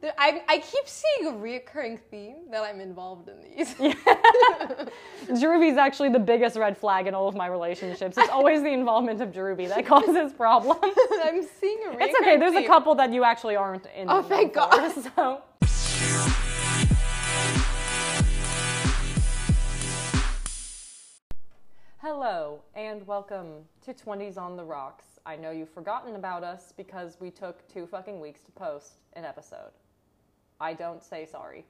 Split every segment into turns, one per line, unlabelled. There- I, I keep seeing a reoccurring theme that I'm involved in these.
Jerubi's actually the biggest red flag in all of my relationships. It's always the involvement of Jerubi that causes problems.
I'm seeing a reoccurring
It's okay. There's a
theme.
couple that you actually aren't in.
Oh, thank
for,
God.
So Hello and welcome to 20s on the Rocks. I know you've forgotten about us because we took two fucking weeks to post an episode. I don't say sorry.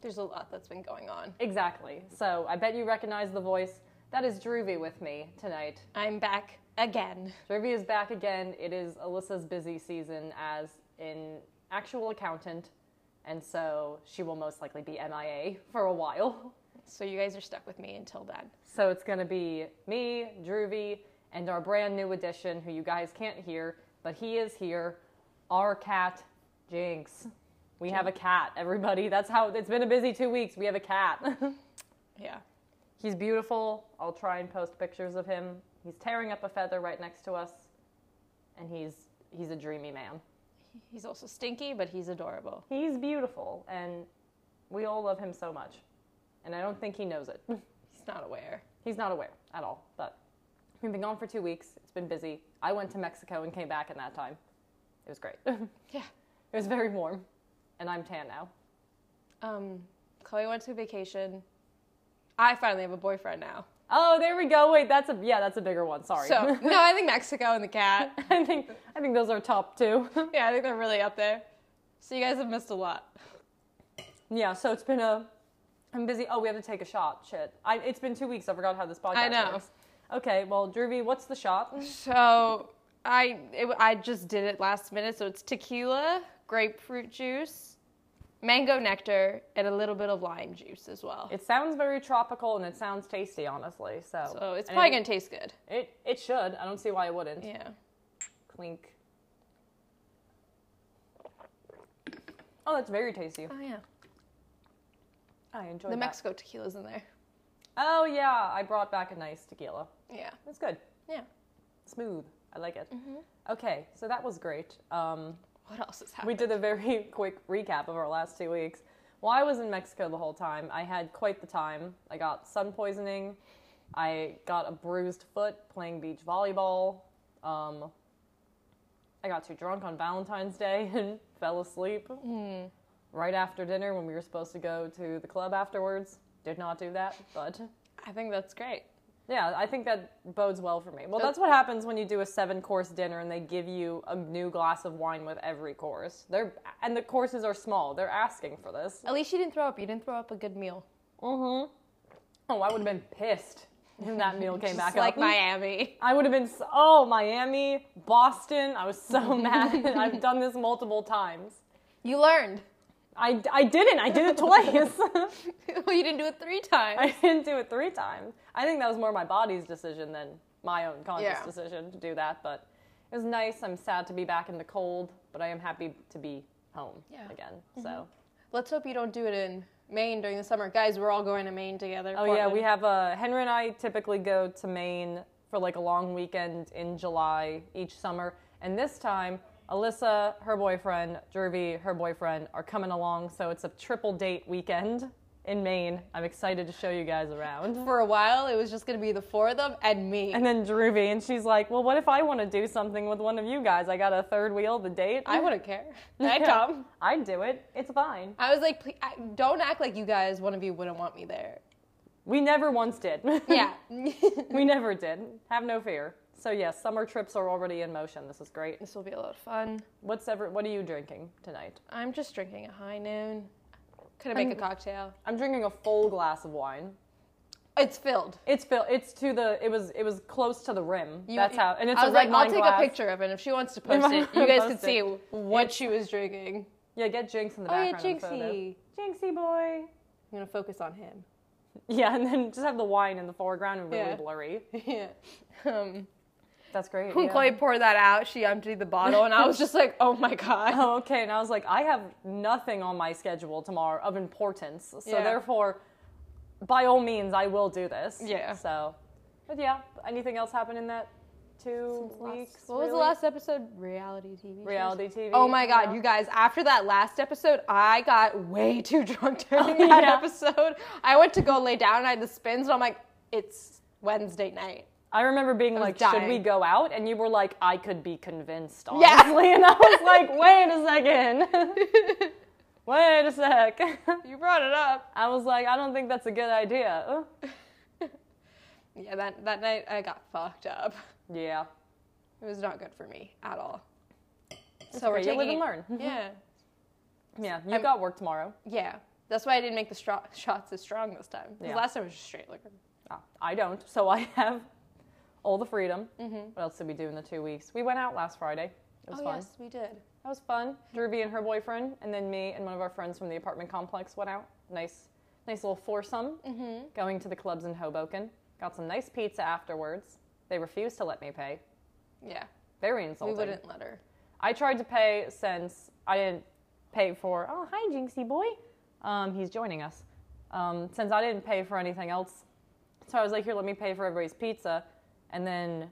There's a lot that's been going on.
Exactly. So I bet you recognize the voice. That is Druvy with me tonight.
I'm back again.
Druvy is back again. It is Alyssa's busy season as an actual accountant, and so she will most likely be MIA for a while.
So you guys are stuck with me until then.
So it's going to be me, Druvy, and our brand new addition, who you guys can't hear, but he is here, our cat, Jinx. We have a cat, everybody. That's how it's been a busy two weeks. We have a cat.
Yeah.
He's beautiful. I'll try and post pictures of him. He's tearing up a feather right next to us, and he's he's a dreamy man.
He's also stinky, but he's adorable.
He's beautiful, and we all love him so much. And I don't think he knows it.
He's not aware.
He's not aware at all. But we've been gone for two weeks. It's been busy. I went to Mexico and came back in that time. It was great. it
Yeah.
was very warm, and I'm tan now.
Um, Chloe went to vacation. I finally have a boyfriend now.
Oh, there we go. Wait, that's a yeah, that's a bigger one. Sorry.
So no, I think Mexico and the cat.
I think I think those are top two.
Yeah, I think they're really up there. So you guys have missed a lot.
Yeah, so it's been a. I'm busy. Oh, we have to take a shot. Shit. I, it's been two weeks. I forgot how this podcast
I know.
works. Okay, well, Druvy, what's the shot?
So I it, I just did it last minute. So it's tequila, grapefruit juice, mango nectar, and a little bit of lime juice as well.
It sounds very tropical and it sounds tasty, honestly. So,
so it's
and
probably
it,
gonna taste good.
It, it should. I don't see why it wouldn't.
Yeah.
Clink. Oh, that's very tasty.
Oh yeah.
I enjoyed
The
that.
Mexico tequila's in there.
oh, yeah. I brought back a nice tequila.
Yeah.
It's good.
Yeah. Mm-hmm.
Smooth. I like it. Okay, so that was great. Um,
What else is
We
happening?
did a very quick recap of our last two weeks. While I was in Mexico the whole time, I had quite the time. I got sun poisoning. I got a bruised foot playing beach volleyball. Um, I got too drunk on Valentine's Day and fell asleep right after dinner when we were supposed to go to the club afterwards. Did not do that, but
I think that's great.
yeah, I think that bodes well for me. Well, that's what happens when you do a seven course dinner and they give you a new glass of wine with every course. They're and the courses are small. They're asking for this.
At least you didn't throw up. You didn't throw up a good meal.
Oh, I would have been pissed if that meal came back
Just like
up.
Miami.
I would have been so, oh Miami, Boston. I was so mad. I've done this multiple times.
You learned.
I, I didn't. I did it twice.
well, you didn't do it three times.
I didn't do it three times. I think that was more my body's decision than my own conscious
Yeah.
decision to do that. But it was nice. I'm sad to be back in the cold, but I am happy to be home
Yeah. Mm-hmm.
again. So,
Let's hope you don't do it in Maine during the summer, guys. We're all going to Maine together.
oh yeah, we have uh, Henry and I typically go to Maine for like a long weekend in July each summer, and this time. Alyssa, her boyfriend, Jervy, her boyfriend are coming along, so it's a triple date weekend in Maine. I'm excited to show you guys around.
For a while, it was just going to be the four of them and me.
And then Druvy, and she's like, "Well, what if I want to do something with one of you guys? I got a third wheel the date.
I wouldn't care. I come.
I'd do it. It's fine.
I was like, "Please- I, don't act like you guys, one of you wouldn't want me there.
We never once did.
Yeah.
we never did. Have no fear. So yes, summer trips are already in motion. This is great.
this will be a lot of fun.
What's ever? What are you drinking tonight?
I'm just drinking a high noon. Couldn't make a cocktail.
I'm drinking a full glass of wine.
It's filled.
It's fill. It's to the. It was. It was close to the rim.
You- e,
That's how. And it's
I
a
was
red
like, I'll
wine
take
glass.
a picture of it. If she wants to post
I
it, you guys can
post
see
it.
what she was drinking.
Yeah, get Jinx in the
Oh, yeah,
background. in the photo.
Jinxie.
Jinxie boy.
I'm going to focus on him.
Yeah, and then just have the wine in the foreground and really
Yeah.
blurry.
yeah. Um,
That's great.
when
yeah.
Chloe poured that out, she emptied the bottle, and I was just like, oh my God.
Oh, okay. And I was like, I have nothing on my schedule tomorrow of importance. So
Yeah.
therefore, by all means, I will do this.
Yeah.
So, but yeah, anything else happen in that two weeks.
what was the
really?
last episode? Reality TV. shows?
reality TV?
Oh my god,
Yeah.
you guys, after that last episode, I got way too drunk during that
Oh, yeah.
episode. I went to go lay down and I had the spins, and I'm like, it's Wednesday night.
I remember being
was
like, "Should we
dying.
go out?" And you were like, "I could be convinced, honestly."
Yeah.
And I was like, "Wait a second, wait a sec."
You brought it up.
I was like, "I don't think that's a good idea." Uh,
Yeah, that, that night I got fucked up.
Yeah.
It was not good for me at all. so
okay, you Mm-hmm. live and learn.
Yeah.
Yeah, you got work tomorrow.
Yeah. That's why I didn't make the stro- shots as strong this time. 'Cause
Yeah.
last time was just straight liquor.
Ah, I don't, so I have all the freedom. What else did we do in the two weeks? We went out last Friday. It was
Mm-hmm. oh,
fun.
yes, we did.
That was fun. Derby and her boyfriend, and then me and one of our friends from the apartment complex went out. Nice, nice little foursome. Mm-hmm. Going to the clubs in Hoboken. Got some nice pizza afterwards. They refused to let me pay.
Yeah.
Very
We
insulting.
wouldn't let her.
I tried to pay since I didn't pay for. Oh, hi, Jinxie boy. Um, he's joining us. Um, since I didn't pay for anything else, so I was like, here, let me pay for everybody's pizza, and then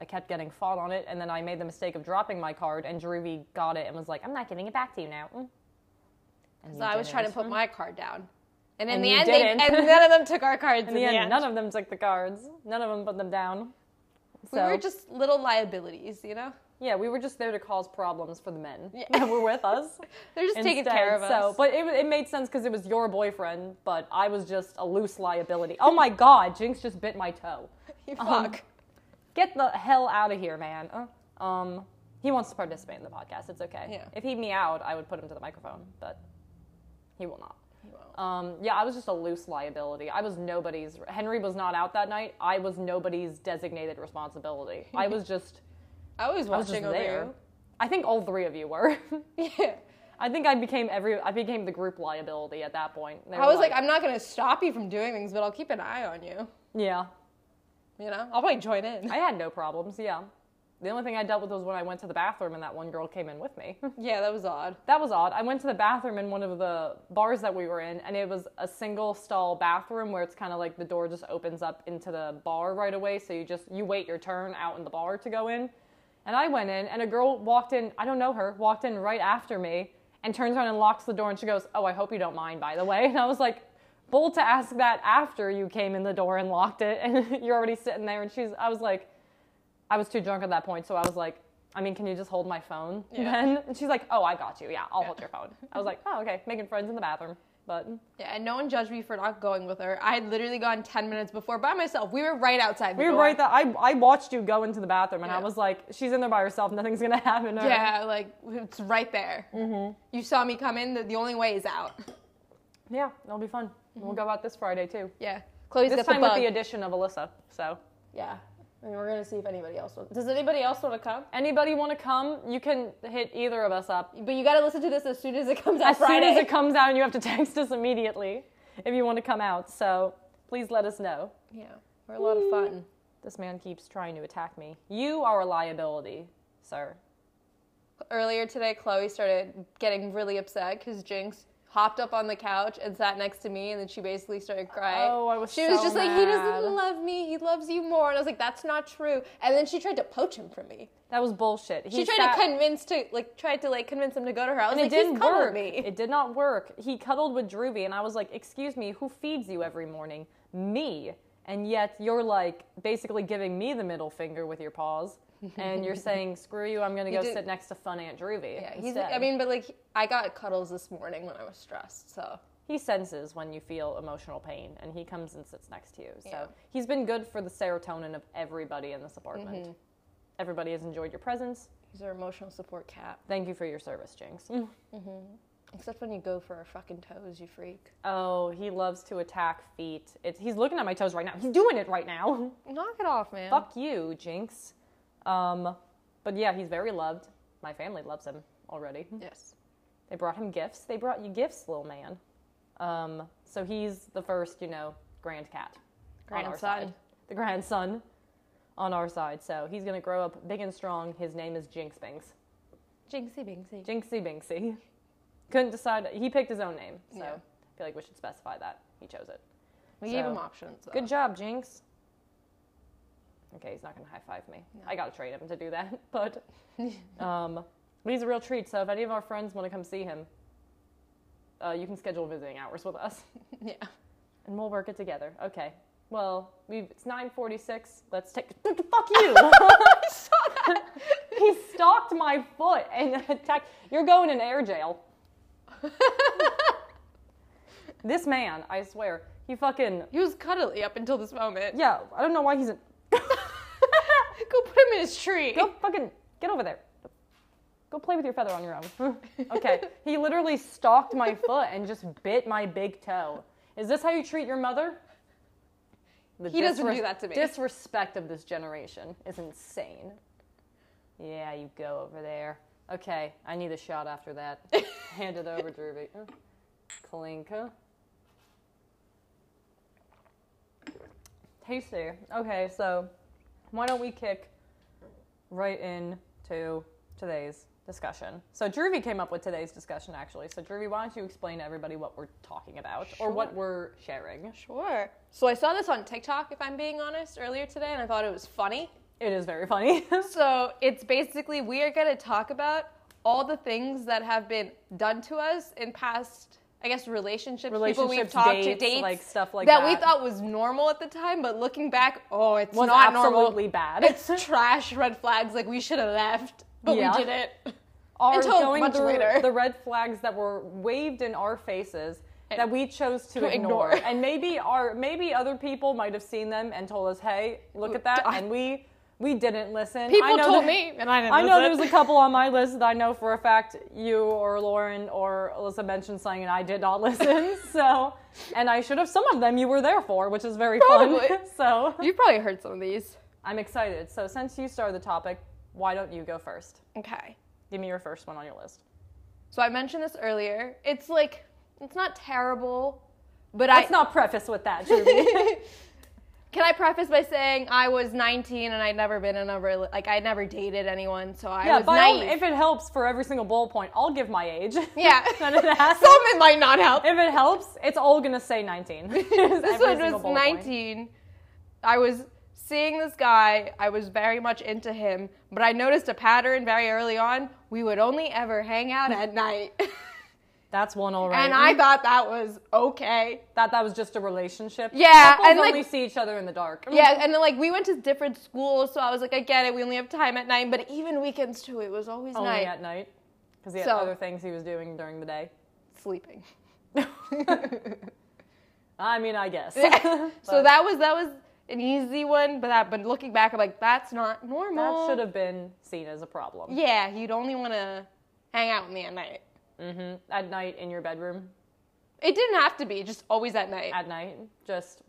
I kept getting fought on it, and then I made the mistake of dropping my card, and Jeruvy got it and was like, I'm not giving it back to you now. Mm. And
So
you
I was trying to
didn't.
put my card down. And in
And
the
you
end, they,
didn't.
and none of them took our cards.
In the end, none of them took the cards. None of them put them down.
we
So-
were just little liabilities, you know?
yeah, we were just there to cause problems for the men
Yeah.
that were with us.
They're just taking
instead.
care of
So,
us.
but it, it made sense because it was your boyfriend, but I was just a loose liability. Oh my God, Jinx just bit my toe.
You
um,
fuck.
Get the hell out of here, man. Uh, um, he wants to participate in the podcast. It's okay.
Yeah.
If he meowed, I would put him to the microphone, but he will not.
He won't.
Um, yeah, I was just a loose liability. I was nobody's. Henry was not out that night. I was nobody's designated responsibility. I was just.
I was
I was just
watching over
there. I think all three of you were.
you. Yeah.
I think I became every. I became the group liability at that point. They
I
were
was like, I'm not going to stop you from doing things, but I'll keep an eye on you.
Yeah,
You know? I'll probably join in.
I had no problems. Yeah, the only thing I dealt with was when I went to the bathroom and that one girl came in with me.
yeah, that was odd.
that was odd. I went to the bathroom in one of the bars that we were in, and it was a single stall bathroom where it's kind of like the door just opens up into the bar right away. So you just you wait your turn out in the bar to go in. And I went in, and a girl walked in. I don't know her. Walked in right after me, and turns around and locks the door, and she goes, "Oh, I hope you don't mind, by the way." And I was like. Bold to ask that after you came in the door and locked it, and you're already sitting there. And she's, I was like, I was too drunk at that point, so I was like, I mean, can you just hold my phone
Yeah.
then? And she's like, Oh, I got you. Yeah, I'll hold your phone. I was like, Oh, okay, making friends in the bathroom. But
Yeah, and no one judged me for not going with her. I had literally gone 10 minutes before by myself. We were right outside the
we were
door.
right there. I, I watched you go into the bathroom and I
Yeah.
was like, She's in there by herself. Nothing's going to happen. to her."
Yeah, like, it's right there.
Mm-hmm.
You saw me come in. The, the only way is out.
Yeah, it'll be fun. We'll go out this Friday too.
Yeah. Chloe's
This
got the
time
bug.
with Mm-hmm. the addition of Alyssa. So,
Yeah. I mean, we're gonna see if anybody else will. Does anybody else want to come?
anybody want to come? You can hit either of us up.
But you gotta listen to this as soon as it comes out
As
Friday.
soon as it comes out, and you have to text us immediately if you want to come out. So, please let us know.
yeah, we're a lot of fun.
This man keeps trying to attack me. You are a liability, sir.
Earlier today, Chloe started getting really upset because Jinx hopped up on the couch and sat next to me, and then she basically started crying.
Oh, I was
She was
so
just like, "He
mad.
doesn't love me. He loves you more." And I was like, "That's not true." And then she tried to poach him from me.
That was bullshit.
She tried to convince to like tried to like convince him to go to her. I was
and
like,
it didn't
"He's come
work.
with me."
It did not work. He cuddled with Druvy, and I was like, "Excuse me, who feeds you every morning? Me." And yet you're like basically giving me the middle finger with your paws, and you're saying, "Screw you, I'm gonna go
did-
sit next to fun Aunt Druvy."
yeah, he's.
instead.
I mean, but like, I got cuddles this morning when I was stressed, so.
he senses when you feel emotional pain, and he comes and sits next to you. So
Yeah.
he's been good for the serotonin of everybody in this apartment.
Mm-hmm.
Everybody has enjoyed your presence.
He's our emotional support cat.
Thank you for your service, Jinx.
Except when you go for her fucking toes, you freak.
Oh, he loves to attack feet. It's, he's looking at my toes right now. He's doing it right now.
Knock it off, man.
Fuck you, Jinx. Um, but yeah, he's very loved. My family loves him already.
Yes.
They brought him gifts. They brought you gifts, little man. Um, so he's the first, you know, grand cat. on our
Grandson.
side. The grandson on our side. So he's going to grow up big and strong. His name is Jinx Binks.
Jinxie Binxie.
Jinxie Binxie. Couldn't decide. He picked his own name. So
Yeah.
I feel like we should specify that. He chose it.
we gave
So-
him options. Though.
Good job, Jinx. Okay, he's not going to high five me. I got to trade him to do that. But, um, but he's a real treat. So if any of our friends want to come see him, uh, you can schedule visiting hours with us,
Yeah.
and we'll work it together. Okay. Well, we've, it's 9:46. Let's take. Fuck you. he stalked my foot and attacked. You're going in air jail. this man, I swear, he fucking
He was cuddly up until this moment.
yeah. I don't know why he's in.
Go put him in his tree.
Go fucking get over there. Go play with your feather on your own. okay. He literally stalked my foot and just bit my big toe. Is this how you treat your mother? The
He doesn't do that to me.
Disrespect of this generation is insane. Yeah, you go over there. Okay, I need a shot after that. Hand it over, Drewby. Kalinka. Tasty. Okay, so why don't we kick right in to today's discussion. So Drewby came up with today's discussion actually. So Drewby, why don't you explain to everybody what we're talking about or what we're sharing?
Sure. So I saw this on TikTok, if I'm being honest, earlier today, and I thought it was funny.
It is very funny.
So it's basically we are going to talk about all the things that have been done to us in past, I guess, relationships, people we've
Relationships,
talked to,
dates,
dates,
like, stuff like
we
that.
thought was normal at the time, but looking back, oh, it's
Was
not
absolutely
normal.
bad.
It's trash, red flags. Like we should have left, but
Yeah.
we didn't.
Are
Until
going
much
through
later.
the red flags that were waved in our faces
And-
that we chose to,
to
ignore.
ignore.
and maybe our maybe other people might have seen them and told us, "Hey, look at that."
I-
and we we didn't listen. I
People
know
told
that-
me, and I didn't.
I know
listen.
there's a couple on my list that I know for a fact you or Lauren or Alyssa mentioned something and I did not listen. So, and I should have some of them you were there for, which is very fun.
Probably.
So,
You've probably heard some of these.
I'm excited. So, since you started the topic, why don't you go first?
Okay.
Give me your first one on your list.
So I mentioned this earlier. It's like it's not terrible, but I
Let's not preface with that, Julie.
Can I preface by saying I was 19 and I'd never been in a rela- like I never dated anyone, so I
yeah,
was
by all,
naive.
if it helps for every single bullet point, I'll give my age.
yeah,
None of that.
some it might not help.
if it helps, it's all gonna say 19.
This one was 19. I was seeing this guy. I was very much into him, but I noticed a pattern very early on. We would only ever hang out at night,
That's one already.
and I thought that was okay.
that that was just a relationship.
Yeah,
couples
and, like-
only see each other in the dark.
Yeah, and then like we went to different schools, so I was like, I get it. We only have time at night, but even weekends too, it was always
only
night
at night because he had
So-
other things he was doing during the day.
sleeping.
I mean, I guess.
so that was that was an easy one, but that but looking back, I'm like, that's not normal.
That should have been seen as a problem
Yeah, you'd only want to hang out with me at night.
hmm at night in your bedroom.
It didn't have to be just always at night.
At night, just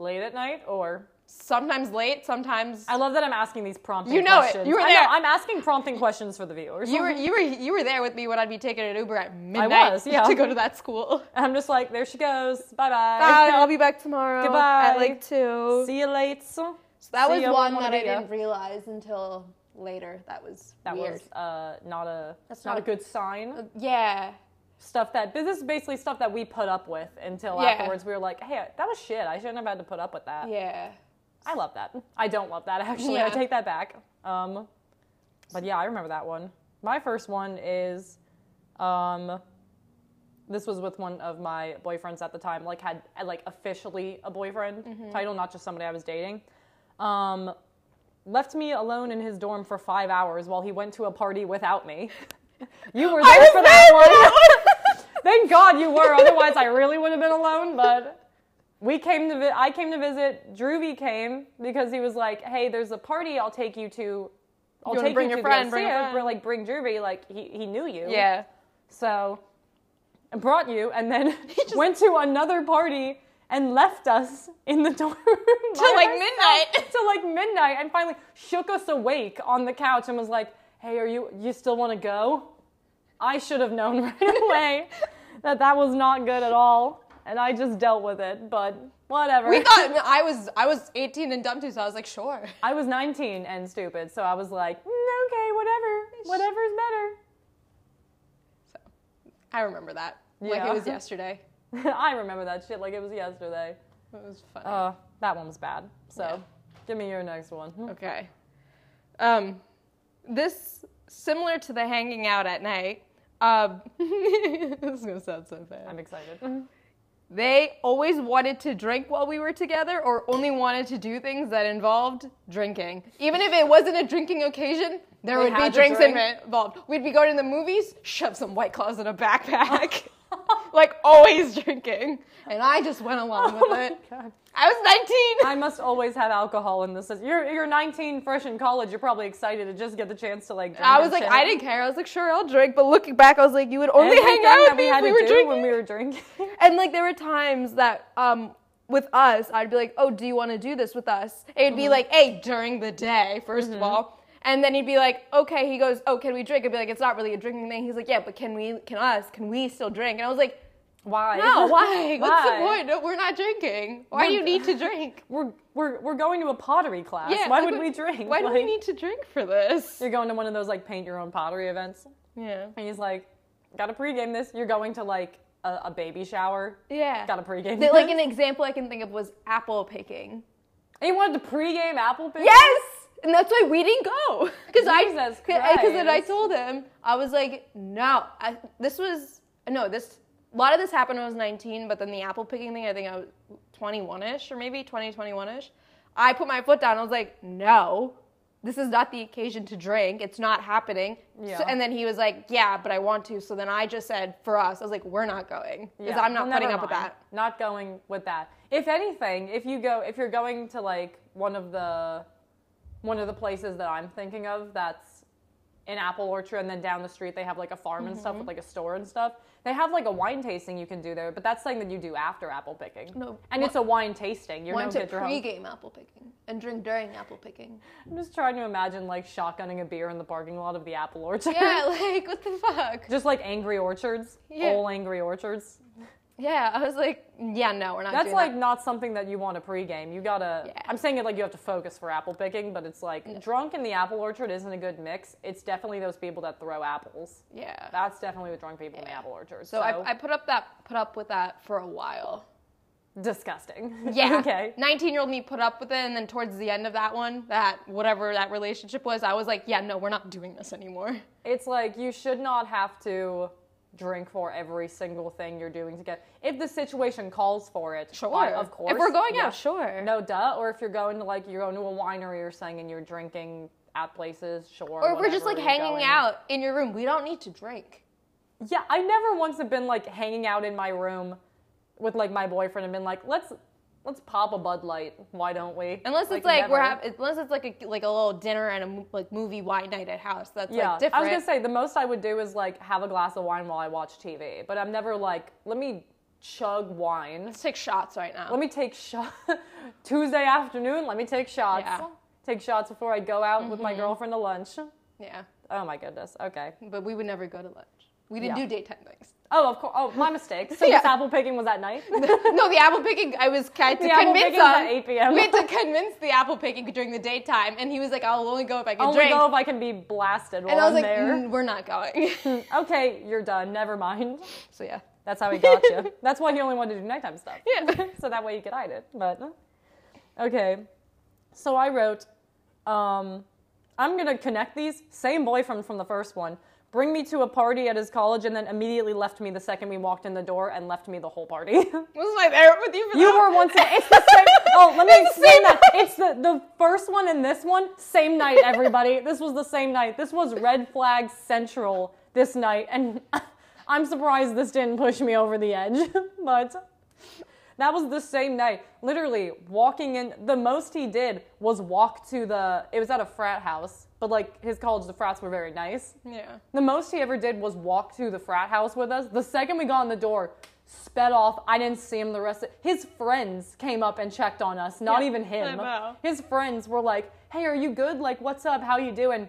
late at night, or
Sometimes late, sometimes
I love that I'm asking these prompting.
You know it.
questions.
You were
I know,
there.
I'm asking prompting questions for the viewers.
you were you were you were there with me when I'd be taking an Uber at midnight
was, yeah.
to go to that school.
And I'm just like, there she goes. Bye
Bye,
bye.
I'll be back tomorrow
Goodbye.
at like two.
See you late.
So that
see
was
ya
one
when
that
we
I
ya.
didn't realize until later. That was
That
weird.
was uh, not a
That's
not
not-
a good sign.
Yeah,
stuff that this is basically stuff that we put up with until
Yeah.
afterwards we were like, hey, that was shit. I shouldn't have had to put up with that.
yeah.
I love that. I don't love that actually. I
Yeah.
take that back. Um, but yeah, I remember that one. My first one is, um, this was with one of my boyfriends at the time. Like had had, like officially a boyfriend title, not just somebody I was dating. Um, left me alone in his dorm for five hours while he went to a party without me. You were there
was there
for that one. Thank God you were. Otherwise, I really would have been alone. But we came to vi- I came to visit. Drewby came because he was like, "Hey, there's a party. I'll take you to. I'll
wanna
take
bring
you
your
to
friend,
The
bring your
Alsea,
friend.
We're like, bring Drewby. Like he he knew you.
Yeah.
So I brought you, and then went to another party and left us in the dorm by
Till like
ourselves
midnight.
till like midnight and finally shook us awake on the couch and was like, "Hey, are you you still want to go?" I should have known right away that that was not good at all, and I just dealt with it, but whatever.
We thought I was I was 18 and dumb too, so I was like, sure.
I was 19 and stupid, so I was like, "Mm, "Okay, whatever. Whatever's better."
I remember that like
Yeah.
it was yesterday.
I remember that shit like it was yesterday.
It was funny.
Uh, that one was bad. So, Give me your next one.
Okay. Um, this similar to the hanging out at night. Um, this is gonna sound so bad.
I'm excited.
Mm-hmm. They always wanted to drink while we were together, or only wanted to do things that involved drinking. Even if it wasn't a drinking occasion, there
They
would be
had to
drinks
drink.
involved. We'd be going to the movies, shove some white claws in a backpack, like always drinking. And I just went along
Oh
with
my
it.
God.
I was 19.
I must always have alcohol in this. You're you're 19, fresh in college. You're probably excited to just get the chance to like. Drink
I was
and
like,
chill.
I didn't care. I was like, sure, I'll drink. But looking back, I was like, you would only
Everything
hang out
that
with
we
me if
had
we
to
were
do
drinking.
when we were drinking.
And like there were times that um with us, I'd be like, "Oh, do you want to do this with us?" It'd be like, "Hey, during the day, 1st of all." And then he'd be like, "Okay." He goes, "Oh, can we drink?" I'd be like, "It's not really a drinking thing." He's like, "Yeah, but can we? Can us? Can we still drink?" And I was like,
Why?
"No, why? What's the
Why?
point? No, we're not drinking. Why do you need to drink?
We're we're we're going to a pottery class.
Yeah,
why
like,
would we drink?
Why do we
Like,
need to drink for this?"
You're going to one of those like paint your own pottery events,
Yeah,
and he's like, "Got to pregame this." You're going to like a, a baby shower.
yeah.
Got to pregame.
The- like
this.
an example I can think of was apple picking.
and you wanted to pregame apple picking.
Yes, and that's why we didn't go because I
Jesus
because then I
Christ.
told him I was like, no, I, this was no this. A lot of this happened when I was 19, but then the apple picking thing, I think I was 21ish or maybe 20, 21ish. I put my foot down. I was like, no, this is not the occasion to drink. It's not happening. So-
Yeah.
and then he was like, yeah, but I want to. So then I just said, for us, I was like, we're not going because
Yeah,
I'm not
well,
putting
never
up with
mind.
that.
Not going with that. If anything, if you go, if you're going to like one of the, one of the places that I'm thinking of, that's an apple orchard, and then down the street they have like a farm and
Mm-hmm.
stuff with like a store and stuff. They have like a wine tasting you can do there, but that's something that you do after apple picking.
No,
and it's a wine tasting. You're
Went
no
to
good drunk.
pregame apple picking and drink during apple picking.
I'm just trying to imagine like shotgunning a beer in the parking lot of the apple orchard.
Yeah, like what the fuck?
just like angry orchards,
Yeah.
all angry orchards.
Yeah, I was like, yeah, no, we're not.
That's
doing
like
that.
not something that you want to pregame. You gotta.
Yeah.
I'm saying it like you have to focus for apple picking, but it's like drunk in the apple orchard isn't a good mix. It's definitely those people that throw apples.
yeah.
That's definitely the drunk people in the
Yeah.
apple orchard.
so
So,
I, I put up that put up with that for a while.
disgusting.
Yeah.
okay.
Nineteen year old me put up with it, and then towards the end of that one, that whatever that relationship was, I was like, yeah, no, we're not doing this anymore.
It's like you should not have to drink for every single thing you're doing to get. If the situation calls for it,
Sure,
why, of course.
If we're going
Yeah.
out, sure.
No, duh. Or if you're going to like you're going to a winery or something and you're drinking at places, sure.
or if we're just like
whatever,
hanging
you're going.
out in your room, we don't need to drink.
Yeah, I never once have been like hanging out in my room with like my boyfriend and been like, let's let's pop a Bud Light. Why don't we?
Unless it's like we're
never.
having, unless it's like a like a little dinner and a mo- like movie wine night at house. That's
Yeah,
like different.
I was gonna say the most I would do is like have a glass of wine while I watch TV, but I'm never like let me chug wine.
Let's take shots right now.
Let me take shots Tuesday afternoon. Let me take shots.
Yeah. Mm-hmm.
Take shots before I go out with my girlfriend to lunch.
yeah,
Oh my goodness. Okay.
but we would never go to lunch. We didn't
Yeah.
do daytime things.
Oh, of course. Oh, my mistake. So
Yeah.
this apple picking was at night.
no, the apple picking. I was I had to
The apple
convince
picking was
him.
at 8 p.m..
We had to convince the apple picking during the daytime, and he was like, "I'll only go if I can
Only
drink."
go if I can be blasted while
and I was
am
like,
there.
"Mm, "We're not going."
okay, you're done. Never mind.
so yeah,
That's how he got you. That's why he only wanted to do nighttime stuff.
yeah.
So that way you could hide it. But okay. So I wrote, um, I'm gonna connect these. Same boyfriend from the first one. Bring me to a party at his college and then immediately left me the second we walked in the door and left me the whole party. you
was I there with you for that?
were once it's the same Oh, let me
It's the same
explain that. It's the, the first one and this one, same night, everybody. this was the same night. This was red flag central this night, and I'm surprised this didn't push me over the edge. but that was the same night. Literally walking in. The most he did was walk to the. It was at a frat house, but like his college, the frats were very nice.
Yeah.
The most he ever did was walk to the frat house with us. The second we got in the door, sped off. I didn't see him the rest of his friends came up and checked on us, not
Yeah,
even
I
him.
know.
His friends were like, "Hey, are you good? Like, what's up? How you doing?"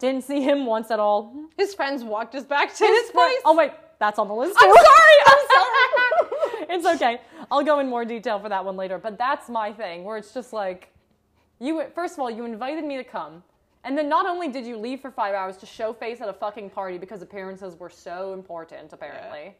Didn't see him once at all.
His friends walked us back to
His
his
friend-
place.
Oh wait, that's on the list.
I'm
too.
sorry. I'm sorry.
it's okay. I'll go in more detail for that one later. But that's my thing, where it's just like, you. First of all, you invited me to come, and then not only did you leave for five hours to show face at a fucking party because appearances were so important, apparently.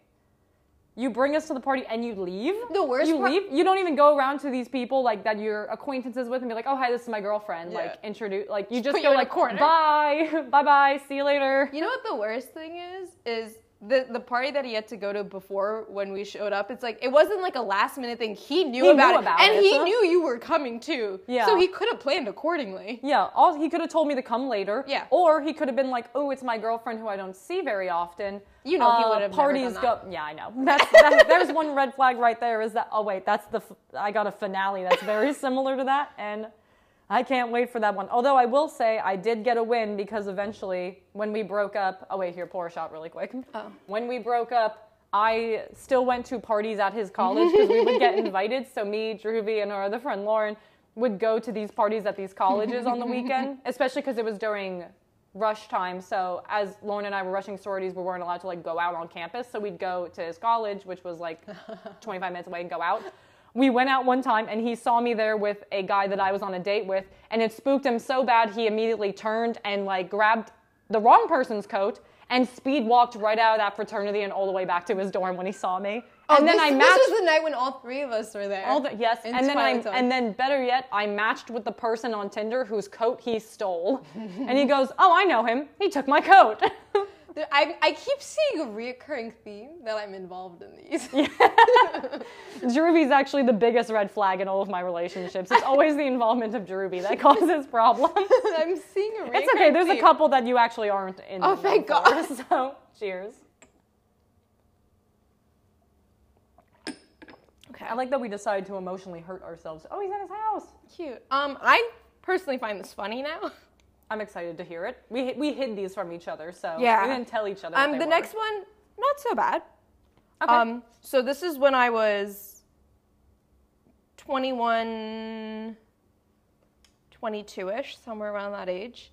You bring us to the party and you leave.
The worst
you
part-
leave. You don't even go around to these people like that you're acquaintances with and be like, oh hi, this is my girlfriend.
Yeah.
Like introduce. Like you just
put
go
you in a
like
corner.
bye, bye bye, see you later.
You know what the worst thing is? Is the the party that he had to go to before when we showed up. It's like it wasn't like a last minute thing. He knew
He
about
knew
it,
about
and
it,
he
so-
knew you were coming too.
Yeah.
So he could have planned accordingly.
Yeah, all he could have told me to come later.
Yeah.
Or he could have been like, "Oh, it's my girlfriend who I don't see very often." Uh,
You know he would have never
parties
done
go. Yeah, I know. That's that, there's one red flag right there. Is that? Oh wait, that's the. f- I got a finale that's very similar to that, and I can't wait for that one. Although I will say I did get a win because eventually when we broke up. Oh wait, here, pour a shot really quick.
Oh.
When we broke up. I still went to parties at his college because we would get invited. So me, Druby, and our other friend Lauren would go to these parties at these colleges on the weekend, especially because it was during rush time. So as Lauren and I were rushing sororities, we weren't allowed to like go out on campus. So we'd go to his college, which was like 25 minutes away, and go out. We went out one time and he saw me there with a guy that I was on a date with, and it spooked him so bad he immediately turned and like grabbed the wrong person's coat and speed walked right out of that fraternity and all the way back to his dorm when he saw me. and then
Oh, this,
I
this
matched
was the night when all three of us were there.
all the yes,
in
and then I
Twilight Zone.
and then better yet, I matched with the person on Tinder whose coat he stole, and he goes, "Oh, I know him. He took my coat."
There- I, I keep seeing a reoccurring theme that I'm involved in these.
Jeruby's actually the biggest red flag in all of my relationships. It's always the involvement of Jeruby that causes problems.
I'm seeing a reoccurring
It's okay. There's a
theme.
couple that you actually aren't in.
Oh,
the
thank
mood
God.
for, So cheers.
Okay.
I like that we decide to emotionally hurt ourselves. Oh, he's at his house.
Cute. Um, I personally find this funny now.
I'm excited to hear it. We hi- we hid these from each other, so
Yeah.
we didn't tell each other. what
Um,
they
the
were.
next one, not so bad.
Okay.
Um, so this is when I was 21, 22-ish, somewhere around that age.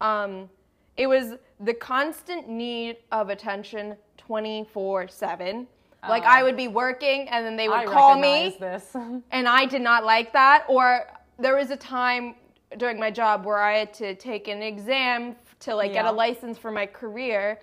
Um, it was the constant need of attention 24-7. Like I would be working and then they would
Ah. I
call me
recognize This.
and I did not like that. Or there was a time during my job where I had to take an exam to like get
Yeah.
a license for my career,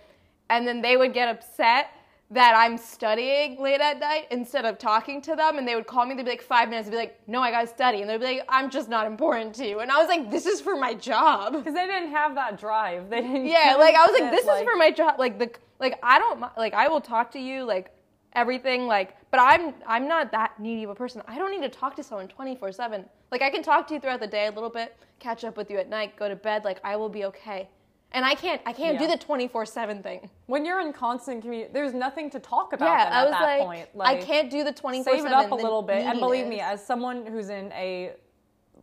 and then they would get upset that I'm studying late at night instead of talking to them, and they would call me. They'd be like five minutes, I'd be like, "No, I gotta study," and they'd be like, "I'm just not important to you," and I was like, "This is for my job."
Because they didn't have that drive. They didn't.
Yeah,
have
like I was like,
that,
this is for my job. Like the like I don't mi- like I will talk to you like everything like, but I'm I'm not that needy of a person. I don't need to talk to someone twenty four seven. Like I can talk to you throughout the day a little bit, catch up with you at night, go to bed. Like I will be okay. And I can't I can't do
Yeah.
the twenty four seven thing.
When you're in constant community, there's nothing to talk about.
Yeah,
then at
I was
that
like,
point.
I can't do the twenty four
save
seven.
it up a little bit. And believe me, as someone who's in a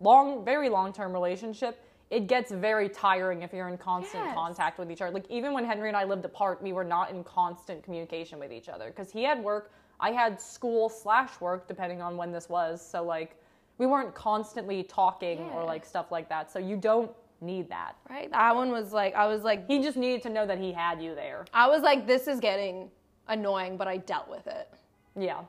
long, very long-term relationship, it gets very tiring if you're in constant
Yes.
contact with each other. Like even when Henry and I lived apart, we were not in constant communication with each other because he had work, I had school slash work, depending on when this was. So like, we weren't constantly talking or
Yeah.
like stuff like that. So you don't need that.
right? That one was like I was like
He just needed to know that he had you there.
I was like this is getting annoying, but I dealt with it,
Yeah,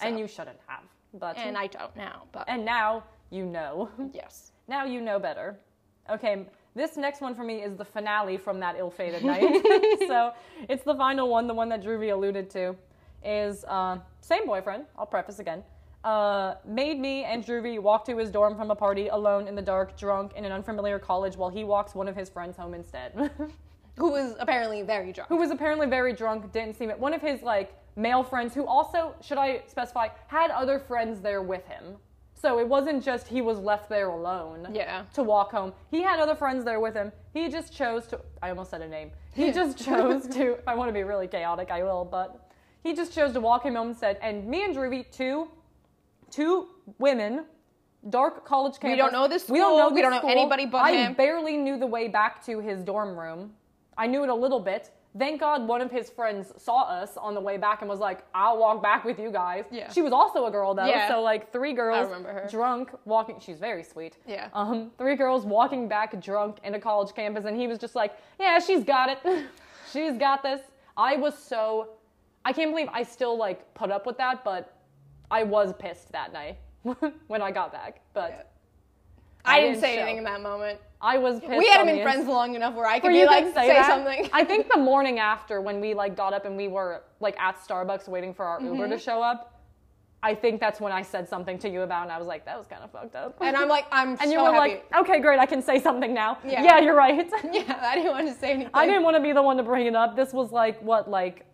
and you shouldn't have. But
and I don't now. But
and now you know.
yes.
Now you know better. Okay, this next one for me is the finale from that ill-fated night. so it's the final one, the one that Drewby alluded to, is uh, same boyfriend. I'll preface again. Uh, made me and Drewby walk to his dorm from a party alone in the dark, drunk in an unfamiliar college, while he walks one of his friends home instead.
Who was apparently very drunk.
who was apparently very drunk, didn't seem it. One of his like male friends, who also, should I specify, had other friends there with him. So it wasn't just he was left there alone
Yeah.
to walk home. He had other friends there with him. He just chose to, I almost said a name. He just chose to, if I want to be really chaotic, I will, but he just chose to walk him home and said, and me and Drewby, two, two women, dark college campus.
We don't know this
We don't know
school. We
this
don't know
school.
anybody but
I
him.
barely knew the way back to his dorm room. I knew it a little bit. Thank God one of his friends saw us on the way back and was like, I'll walk back with you guys.
Yeah.
She was also a girl though.
Yeah.
So like three girls
remember her.
drunk walking she's very sweet.
Yeah.
Um, three girls walking back drunk in a college campus and he was just like, Yeah, she's got it. she's got this. I was so I can't believe I still like put up with that, but I was pissed that night when I got back. But
I didn't
didn't
say
show.
anything in that moment.
I was pissed.
We hadn't
on
been
the
friends
ins-
long enough where I could
Where
be
you
like,
can
say,
that.
something.
I think the morning after when we like got up and we were like at Starbucks waiting for our Uber
Mm-hmm.
to show up. I think that's when I said something to you about, and I was like, "That was kind of fucked up."
and I'm like, I'm
and
so
you were
happy.
like, "Okay, great, I can say something now."
Yeah.
you're right.
yeah, I didn't want to say anything.
I didn't want to be the one to bring it up. This was like what like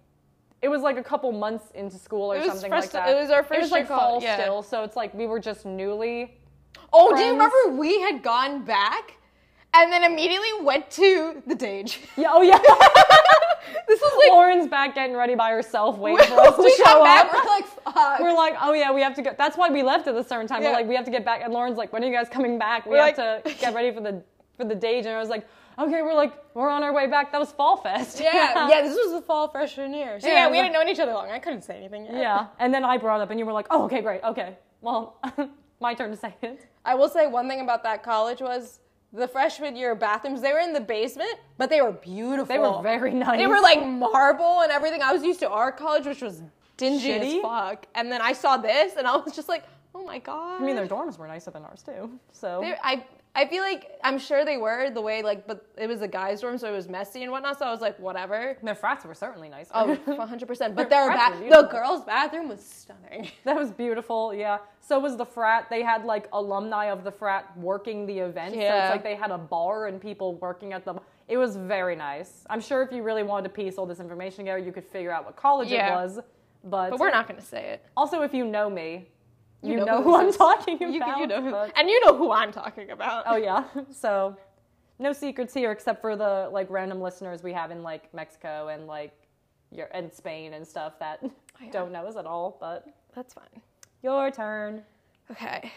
it was like a couple months into school or
It was
something like
first-
that.
it was our
It
first
was like
year
fall
college, yeah.
still, so it's like we were just newly.
Oh, do you
friends.
remember we had gone back and then immediately went to the Dage?
Yeah, oh yeah.
this is like
Lauren's back getting ready by herself, waiting for us to
we
show
come
up.
back. We're like, fuck.
We're like, oh yeah, we have to go. That's why we left at a certain time.
Yeah.
We're like, we have to get back. And Lauren's like, when are you guys coming back? We
We're
have
like-
to get ready for the for the date. And I was like, okay, we're like, we're on our way back. That was Fall Fest.
yeah, yeah. This was the fall freshman year. So
Yeah,
yeah, we
yeah.
hadn't known each other long. I couldn't say anything. Yet.
yeah. And then I brought up, and you were like, oh, okay, great, okay. Well, my turn to say it.
I will say one thing about that college was the freshman year bathrooms. They were in the basement, but they were beautiful.
They were very nice.
They were like marble and everything. I was used to our college, which was dingy as
Shitty?
fuck. And then I saw this, and I was just like, oh my god.
I mean, their dorms were nicer than ours too. So
They- I I feel like I'm sure they were the way like, but it was a guy's room, so it was messy and whatnot. So I was like, whatever.
their frats were certainly nicer.
Oh, 100 percent. But their
Their
ba-
frats were
the
beautiful.
girls' bathroom was stunning.
That was beautiful, yeah. So was the frat. They had like alumni of the frat working the event. So
Yeah.
it's like they had a bar and people working at the It was very nice. I'm sure if you really wanted to piece all this information together, you could figure out what college
Yeah.
it was. But,
But we're not gonna say it.
also if you know me, you, know,
this
who, I'm
is.
talking
You,
about.
you know who,
but-
and you know who I'm talking about.
oh yeah. So no secrets here except for the like random listeners we have in like Mexico and like your and Spain and stuff that
Oh, yeah.
don't know us at all, but
that's fine.
your turn.
Okay.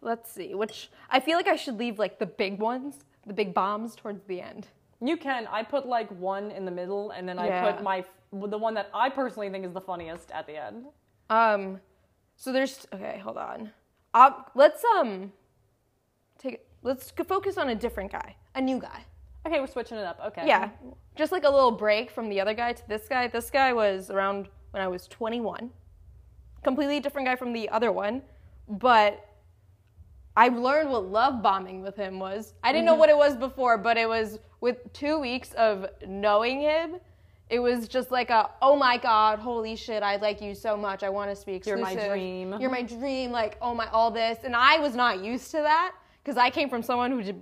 Let's see. Which I feel like I should leave like the big ones, the big bombs towards the end.
You can. I put like one in the middle, and then
Yeah.
I put my the one that I personally think is the funniest at the end.
Um, so there's okay. Hold on. Uh, let's um take. Let's c- focus on a different guy, a new guy.
Okay, we're switching it up. Okay.
Yeah, just like a little break from the other guy to this guy. This guy was around when I was 21. Completely different guy from the other one, but I learned what love bombing with him was. I didn't
Mm-hmm.
know what it was before, but it was with two weeks of knowing him. It was just like a, oh my god, holy shit, I like you so much. I want to speak.
You're my dream.
You're my dream. Like, oh my, all this, and I was not used to that because I came from someone who just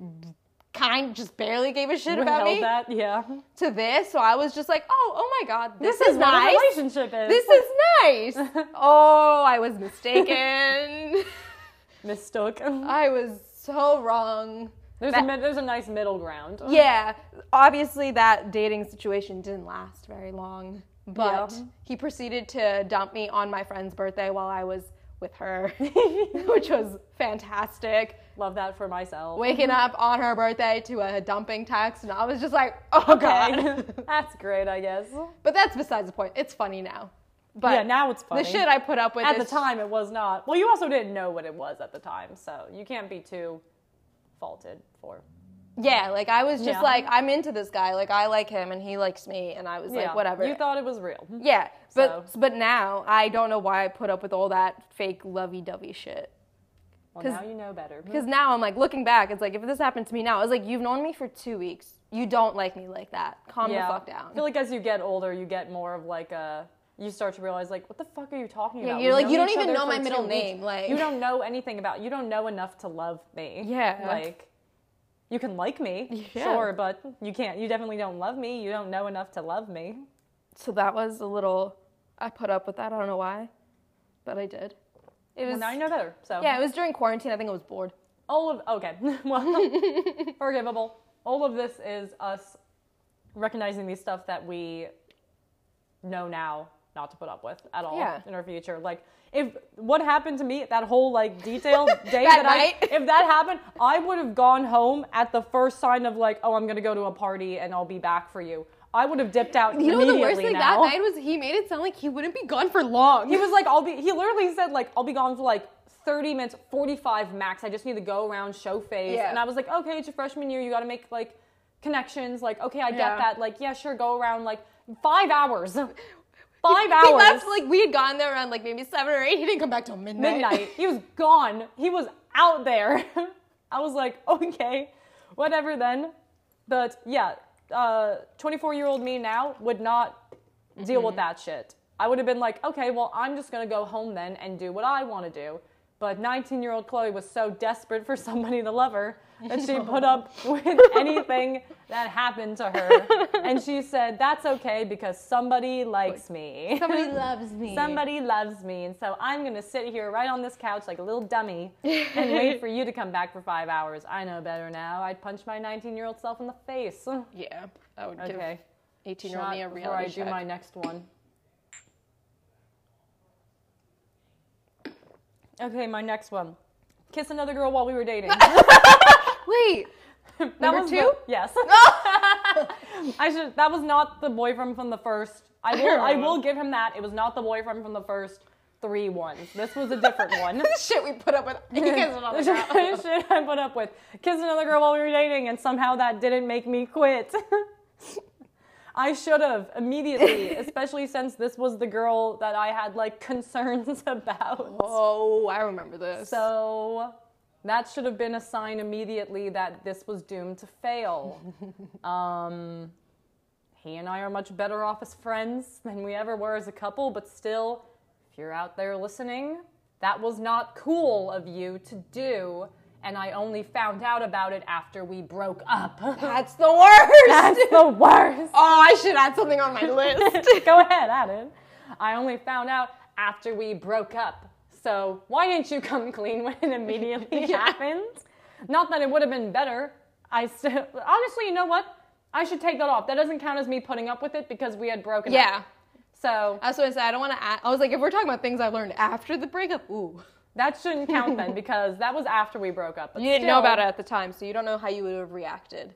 kind just barely gave a shit
We
about
held
me
that. Yeah.
to this, so I was just like, oh, oh my god, this, is,
what
nice.
a relationship is.
This is nice. oh, I was mistaken.
mistook.
I was so wrong.
There's
that-
a mid, there's a nice middle ground.
Yeah, obviously that dating situation didn't last very long, but
Yeah.
he proceeded to dump me on my friend's birthday while I was with her, which was fantastic.
Love that for myself.
Waking up on her birthday to a dumping text, and I was just like, oh
Okay.
god.
That's great, I guess.
but that's besides the point. It's funny now. But
yeah. Now it's funny.
the shit I put up with
at the
is-
time it was not. Well, you also didn't know what it was at the time, so you can't be too faulted for.
Yeah, like I was just
Yeah.
like I'm into this guy, like I like him and he likes me, and I was like
Yeah.
whatever.
You thought it was real.
yeah, but
So.
but now I don't know why I put up with all that fake lovey-dovey shit.
Well,
'Cause-
now you know better.
Because now I'm like looking back, it's like if this happened to me now, I was like, you've known me for two weeks, you don't like me like that. Calm the fuck
I
down.
feel like as you get older, you get more of like a. You start to realize like, what the fuck are you talking
Yeah,
about?
you're
We've
like, you
known
don't
each
even
other
know
for
my
two
middle
weeks.
name, like-
you don't know anything about. You don't know enough to love me.
Yeah.
like you can like me,
Yeah.
sure, but you can't. You definitely don't love me. You don't know enough to love me.
so that was a little. I put up with that. I don't know why, but I did. It was
Well, now you know better. So
yeah. It was during quarantine. I think I was bored.
all of okay, well, forgivable. All of this is us recognizing the stuff that we know now not to put up with at all
Yeah.
in our future. Like if what happened to me that whole like detailed day
That
that,
night?
I if that happened, I would have gone home at the first sign of like, oh, I'm gonna go to a party and I'll be back for you. I would have dipped
You
out
know the
immediately
worst thing
now.
that night was he made it sound like he wouldn't be gone for long.
He was like, I'll be. He literally said like, I'll be gone for like. 30 minutes, 45 max. I just need to go around, show face.
Yeah.
And I was like, okay, it's your freshman year. You got to make like connections. Like, okay, I get
Yeah.
that. Like, yeah, sure, go around like five hours. Five
we,
hours.
We left like we had gone there around like maybe seven or eight. He didn't come back till midnight.
midnight. he was gone. He was out there. I was like, okay, whatever then. But yeah, 24 year old me now would not deal with that shit. I would have been like, okay, well, I'm just gonna go home then and do what I wanna do. But 19 year old Chloe was so desperate for somebody to love her that she put up with anything that happened to her. And she said, that's okay because somebody likes me.
Somebody loves me.
Somebody loves me, and so I'm gonna sit here right on this couch like a little dummy and wait for you to come back for five hours. I know better now. I'd punch my 19 year old self in the face.
Yeah, I would
Okay,
give 18 year old
shot
me a
before I
reality
do
check.
my next one. Okay, my next one. Kiss another girl while we were dating. that
Wait, number
was
two?
the- yes. I should. That was not the boyfriend from the first. I will. I will give him that. It was not the boyfriend from the first three ones. This was a different one.
the shit we put up with. You guys don't know
the
about that.
shit I put up with. Kissed another girl while we were dating, and somehow that didn't make me quit. I should have immediately, especially since this was the girl that I had like concerns about.
Oh, I remember this.
So that should have been a sign immediately that this was doomed to fail. um, he and I are much better off as friends than we ever were as a couple, but still, if you're out there listening, that was not cool of you to do, and I only found out about it after we broke up.
that's the worst.
That's the worst.
oh, I should add something on my list.
Go ahead, add it. I only found out after we broke up. So why didn't you come clean when it immediately happened? Not that it would have been better. I still, honestly, you know what? I should take that off. That doesn't count as me putting up with it because we had broken up.
yeah,
So
that's what I said. I don't want to add. I was like, if we're talking about things I learned after the breakup, ooh.
that shouldn't count then because that was after we broke up. But
You didn't know
still,
about it at the time, so you don't know how you would have reacted.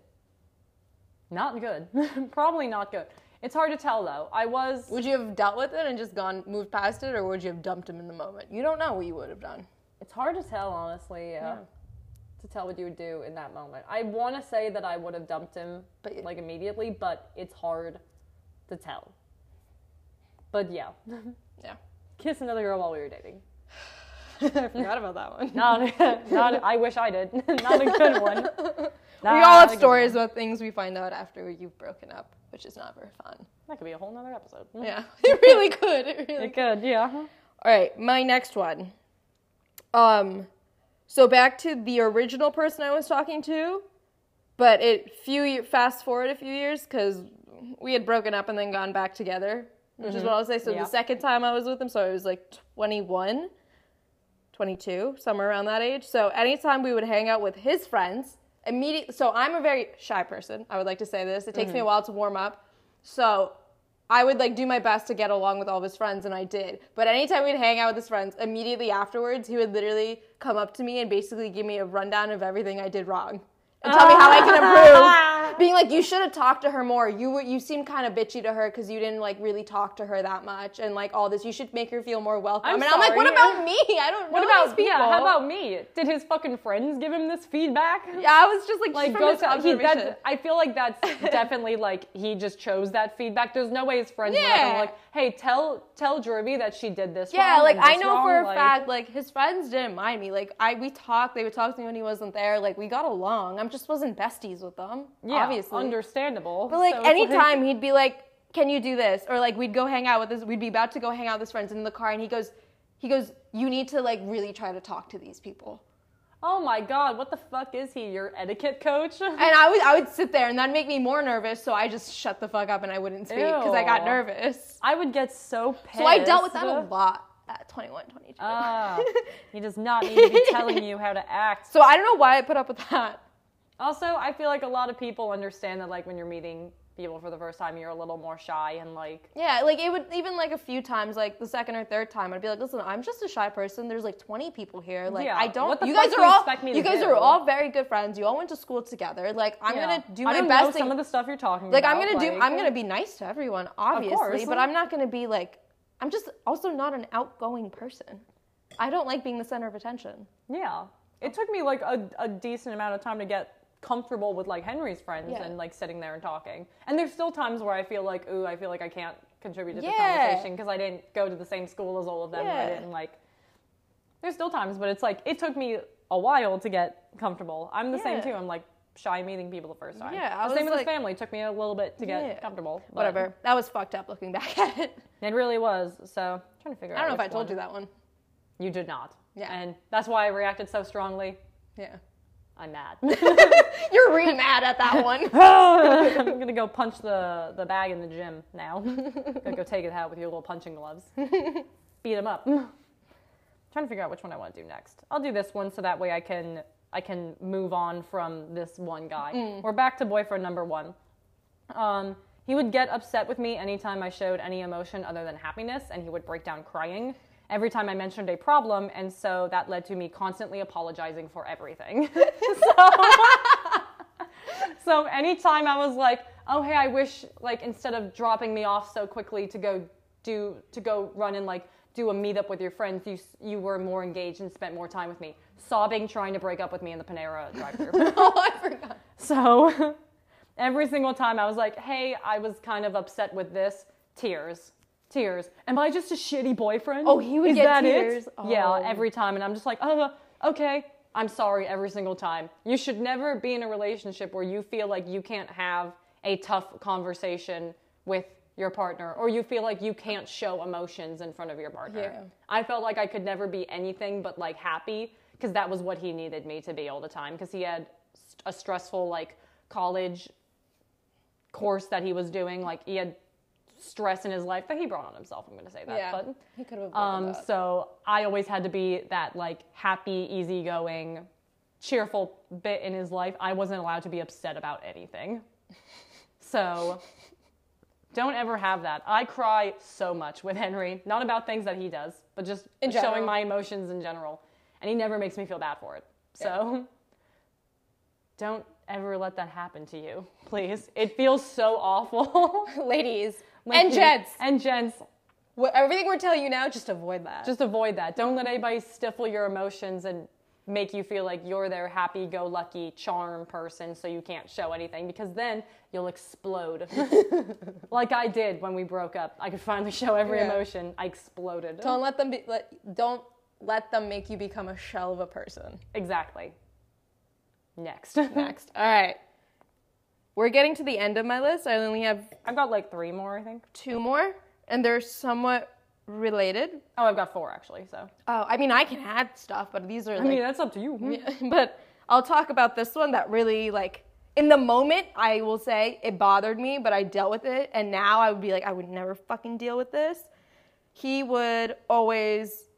Not good. Probably not good. It's hard to tell though. I was.
Would you have dealt with it and just gone, moved past it, or would you have dumped him in the moment? You don't know what you would have done.
It's hard to tell, honestly. Yeah.
Yeah.
To tell what you would do in that moment. I want to say that I would have dumped him,
But-
like immediately, but it's hard to tell. But yeah,
Yeah.
kiss another girl while we were dating.
I forgot about that one.
Not, not. I wish I did. not a good one.
we all have stories about things we find out after you've broken up, which is not very fun.
That could be a whole nother episode.
Yeah, it really could. It really
It could, yeah.
All right, my next one. Um, so back to the original person I was talking to, but it few ye- fast forward a few years because we had broken up and then gone back together, which is what I'll say. So
Yeah.
the second time I was with him, so I was like 21, 22, somewhere around that age. So anytime we would hang out with his friends, immediately. So I'm a very shy person. I would like to say this. It takes me a while to warm up. So I would like do my best to get along with all of his friends, and I did. But anytime we'd hang out with his friends, immediately afterwards, he would literally come up to me and basically give me a rundown of everything I did wrong and tell me how I can
Ah.
improve. Being like, you should have talked to her more. You were, you seemed kind of bitchy to her because you didn't like really talk to her that much, and like all this. You should make her feel more welcome.
I'm
and I'm like, what
sorry.
about me? I don't.
What
know
about
these people.
yeah? How about me? Did his fucking friends give him this feedback?
Yeah, I was just like,
like
just from
goes
his
to, he,
observation.
that's, I feel like that's definitely like he just chose that feedback. There's no way his friends were
Yeah.
gonna like, hey, tell tell Jervy that she did this.
Yeah,
wrong
like
and
I
this
know for
wrong,"
a
like-
fact, like his friends didn't mind me. Like I, we talked. They would talk to me when he wasn't there. Like we got along. I just wasn't besties with them.
Yeah,
obviously.
understandable.
but like
So it's
anytime he'd be like, "Can you do this?" Or like we'd go hang out with his. We'd be about to go hang out with his friends in the car, and he goes, he goes, "You need to like really try to talk to these people."
oh my god, what the fuck is he? Your etiquette coach?
And I would, I would sit there, and that'd make me more nervous. So I just shut the fuck up and I wouldn't speak because I got
Ew.
nervous.
I would get so pissed.
So I dealt with that a lot at 21, 22.
Ah, he does not need to be telling you how to act.
so I don't know why I put up with that.
Also, I feel like a lot of people understand that like when you're meeting people for the first time, you're a little more shy and like
Yeah, like it would even like a few times, like the second or third time, I'd be like, "Listen, I'm just a shy person. There's like 20 people here. Like
Yeah,
I don't.
what the
you
fuck
guys
do
are
you
all.
expect me
you
to
guys
do?"
are all very good friends. You all went to school together. Like I'm
Yeah.
gonna do my
I don't
best.
Know
to-
some of the stuff you're talking
like I'm
about,
gonna do.
like-
I'm gonna be nice to everyone, obviously,
course.
but I'm not gonna be like. I'm just also not an outgoing person. I don't like being the center of attention.
Yeah. It took me like a, a decent amount of time to get comfortable with like Henry's friends
Yeah.
and like sitting there and talking. And there's still times where I feel like, ooh, I feel like I can't contribute to the
Yeah.
conversation because I didn't go to the same school as all of them. and I
Yeah.
didn't like. There's still times, but it's like it took me a while to get comfortable. I'm the same
Yeah.
too. I'm like shy meeting people the first time.
Yeah, I
the same
was
with
like-
this family. It took me a little bit to get
Yeah.
comfortable. but
Whatever. That was fucked up looking back at it.
It really was. So I'm trying to figure
I
out.
don't know if I
which
told
one.
you that one.
You did not.
Yeah.
And that's why I reacted so strongly.
Yeah.
I'm mad.
You're re mad at that one.
I'm gonna go punch the, the bag in the gym now. gonna go take it out with your little punching gloves. Beat him up. trying to figure out which one I want to do next. I'll do this one so that way I can I can move on from this one guy. We're back to boyfriend number one. Um, he would get upset with me anytime I showed any emotion other than happiness, and he would break down crying every time I mentioned a problem, and so that led to me constantly apologizing for everything. so, so anytime I was like, "Oh hey, I wish like instead of dropping me off so quickly to go do to go run and like do a meetup with your friends, you s- you were more engaged and spent more time with me." Sobbing, trying to break up with me in the Panera drive-through.
oh, I forgot.
So every single time I was like, hey, I was kind of upset with this. Tears. Tears. Am I just a shitty boyfriend?
Oh, he would
Is
get
that
tears?
It? Yeah,
Oh.
every time. And I'm just like, oh, okay. I'm sorry every single time. You should never be in a relationship where you feel like you can't have a tough conversation with your partner or you feel like you can't show emotions in front of your partner.
Yeah.
I felt like I could never be anything but like happy because that was what he needed me to be all the time because he had st- a stressful like college course that he was doing like he had stress in his life that he brought on himself I'm going to say that
Yeah.
but
He could have
um, so I always had to be that like happy, easygoing, cheerful bit in his life. I wasn't allowed to be upset about anything. So don't ever have that. I cry so much with Henry, not about things that he does, but just
In general.
showing my emotions in general. And he never makes me feel bad for it. So don't ever let that happen to you, please. It feels so awful.
Ladies
When
and
he-
gents,
And gents.
wh- everything we're telling you now, just avoid that.
Just avoid that. Don't let anybody stifle your emotions and make you feel like you're their happy go lucky charm person so you can't show anything because then you'll explode. like I did when we broke up. I could finally show every
Yeah.
emotion. I exploded.
don't let them be. Let, don't let them make you become a shell of a person.
Exactly. Next.
Next. All right. We're getting to the end of my list. I only have
I've got like three more, I think.
two more, and they're somewhat related.
Oh, I've got four actually, so.
Oh, I mean, I can add stuff, but these are
I
like
mean, that's up to you.
but I'll talk about this one that really like in the moment I will say it bothered me, but I dealt with it, and now I would be like I would never fucking deal with this. He would always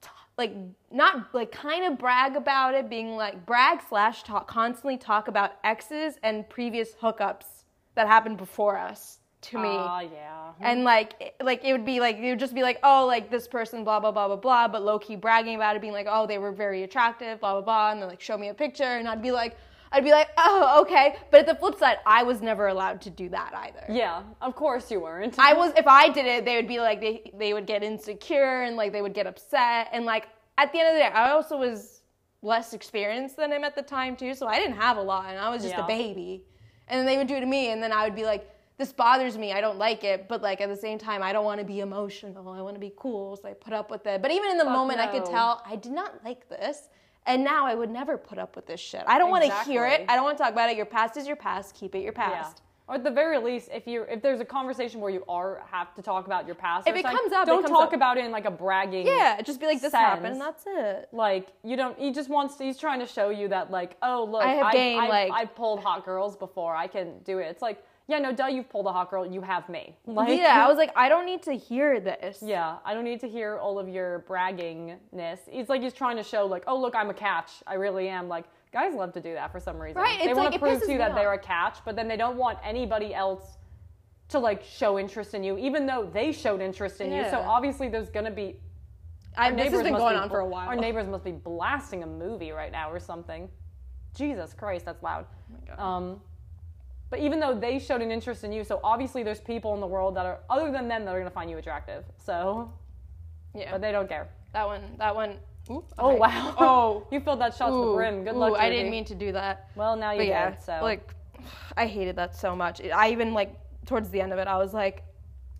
t- like not like kind of brag about it, being like brag slash talk constantly talk about exes and previous hookups that happened before us to me
Ah, yeah.
and like it- like it would be like it would just be like oh like this person blah blah blah blah blah but low key bragging about it being like oh they were very attractive blah blah blah and then like show me a picture and I'd be like I'd be like oh okay but at the flip side I was never allowed to do that either
Yeah, of course you weren't.
I was if I did it, they would be like they they would get insecure and like they would get upset and like at the end of the day, I also was less experienced than him at the time too, so I didn't have a lot and I was just a
Yeah.
baby. And then they would do it to me and then I would be like this bothers me. I don't like it, but like at the same time, I don't want to be emotional. I want to be cool, so I put up with it. But even in the
Fuck
moment, I could
no.
tell I did not like this, and now I would never put up with this shit. I don't want to hear it.
Exactly.
I don't want to talk about it. Your past is your past. Keep it your
Yeah.
past.
Or at the very least, if you if there's a conversation where you are have to talk about your past,
If
or
it
something,
comes up, it
don't
comes
talk
up.
about it in like a bragging.
Yeah, just be like this happened.
Sense.
and That's it.
Like you don't. He just wants. To, he's trying to show you that like, oh look,
I have game,
I,
like-
I pulled hot girls before. I can do it. It's like yeah, no, duh, you've pulled a hot girl. You have me. Like,
yeah, I was like, I don't need to hear this.
Yeah, I don't need to hear all of your braggingness. It's like he's trying to show, like, oh look, I'm a catch. I really am. Like guys love to do that for some reason.
Right,
They
it's
want
like,
to
it
prove
pisses
to
me
you that they're
off.
a catch, but then they don't want anybody else to like show interest in you, even though they showed interest in you. So
Yeah.
obviously there's gonna be
I,
our
this has
neighbors
been
must
going
be-
on for a while.
Our neighbors must be blasting a movie right now or something. Jesus Christ, that's loud.
Oh God.
Um, but even though they showed an interest in you, so obviously there's people in the world that are other than them that are gonna find you attractive. So,
yeah,
but they don't care.
that one, that one. Oop,
Oh
okay.
wow!
Oh,
you filled that shot to the
ooh,
brim. Good
ooh,
luck.
I
Ruby.
didn't mean to do that.
Well, now you
But yeah,
did. So
like, I hated that so much. It- I even like towards the end of it, I was like,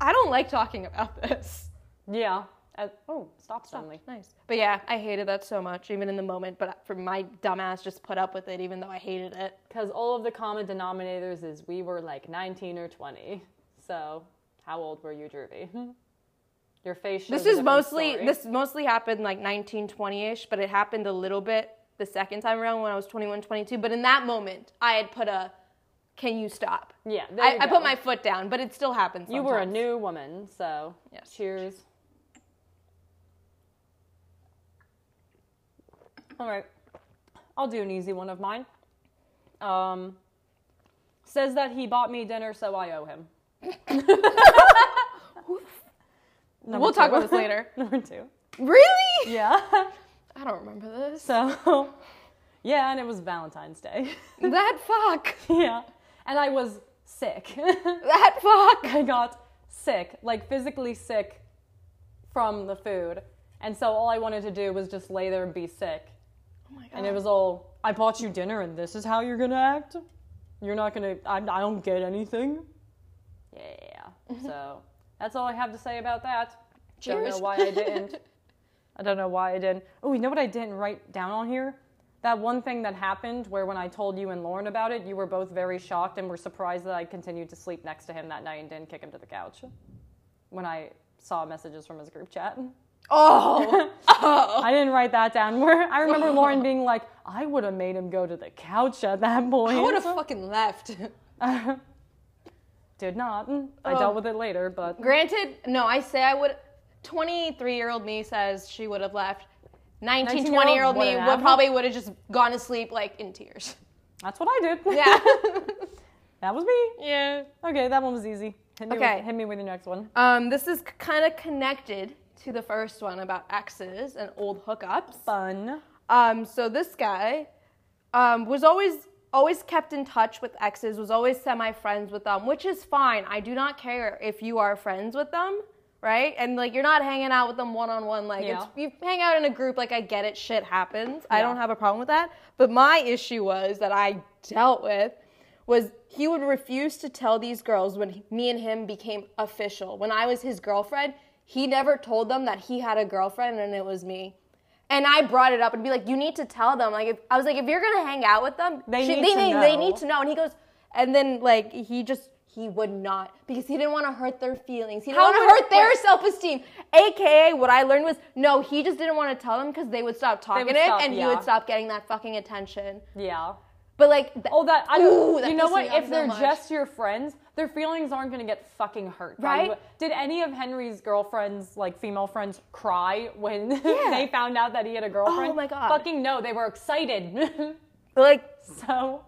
I don't like talking about this.
yeah, As, oh, stop suddenly.
Nice. But yeah, I hated that so much, even in the moment. But for my dumbass, just put up with it, even though I hated it.
Because all of the common denominators is we were like 19 or 20. So, how old were you, Druby? Your face. shows
This
a
is
different
mostly
story.
this mostly happened like 1920ish, but it happened a little bit the second time around when I was 21, 22. But in that moment, I had put a, "Can you stop?"
Yeah, there
I,
you
I
go.
put my foot down, but it still happens.
You were a
sometimes.
new woman, so
Yes.
cheers. All right, I'll do an easy one of mine. Um, says that he bought me dinner, so I owe him.
We'll talk about this later.
Number two.
Really?
Yeah.
I don't remember this.
So, yeah, and it was Valentine's Day.
that fuck.
yeah, and I was sick.
That fuck.
I got sick, like physically sick from the food. And so all I wanted to do was just lay there and be sick.
Oh my god.
And it was all, I bought you dinner and this is how you're gonna act? You're not gonna, I, I don't get anything? Yeah. So that's all I have to say about that. Don't know
Cheers.
why I didn't. I don't know why I didn't. Oh, you know what I didn't write down on here? That one thing that happened where when I told you and Lauren about it, you were both very shocked and were surprised that I continued to sleep next to him that night and didn't kick him to the couch. When I saw messages from his group chat.
Oh. oh.
I didn't write that down. Where I remember Lauren being like, I would have made him go to the couch at that point.
I would have fucking left.
Did not. Mm, I
Oh.
dealt with it later, but
Granted, no, I say I would. 23 year old me says she would have left. 19,
19-year-old
20 year old me
wouldn't
would
have.
probably would have just gone to sleep like in tears.
that's what I did.
Yeah.
that was me.
yeah.
Okay, that one was easy. Hit me
Okay.
With, hit me with your next one.
Um, this is kind of connected to the first one about exes and old hookups.
Fun.
Um, so this guy um, was always always kept in touch with exes, was always semi friends with them, which is fine. I do not care if you are friends with them, right? And like you're not hanging out with them one on one. Like it's,
Yeah.
you hang out in a group. Like I get it, shit happens. I
Yeah.
don't have a problem with that. But my issue was that I dealt with. Was he would refuse to tell these girls when he- me and him became official. When I was his girlfriend, he never told them that he had a girlfriend and it was me. And I brought it up and be like, you need to tell them. Like, if, I was like, if you're gonna hang out with them,
They need
they,
to
they, they
know.
need to know. And he goes, and then like he just he would not because he didn't want to hurt their feelings. He didn't
How
want to
would-
hurt their self esteem. AKA, what I learned was no, he just didn't want to tell them because they would stop talking
would
it
stop,
and
yeah.
he would stop getting that fucking attention.
Yeah.
But like, th-
Oh, that I
Ooh, that
you know
pissed me
what?
off
If
so
they're
much.
just your friends, their feelings aren't gonna get fucking hurt. by
Right?
you. Did any of Henry's girlfriends, like female friends, cry when
Yeah. Oh
they found out that he had a girlfriend?
my God.
Fucking no, they were excited.
like
so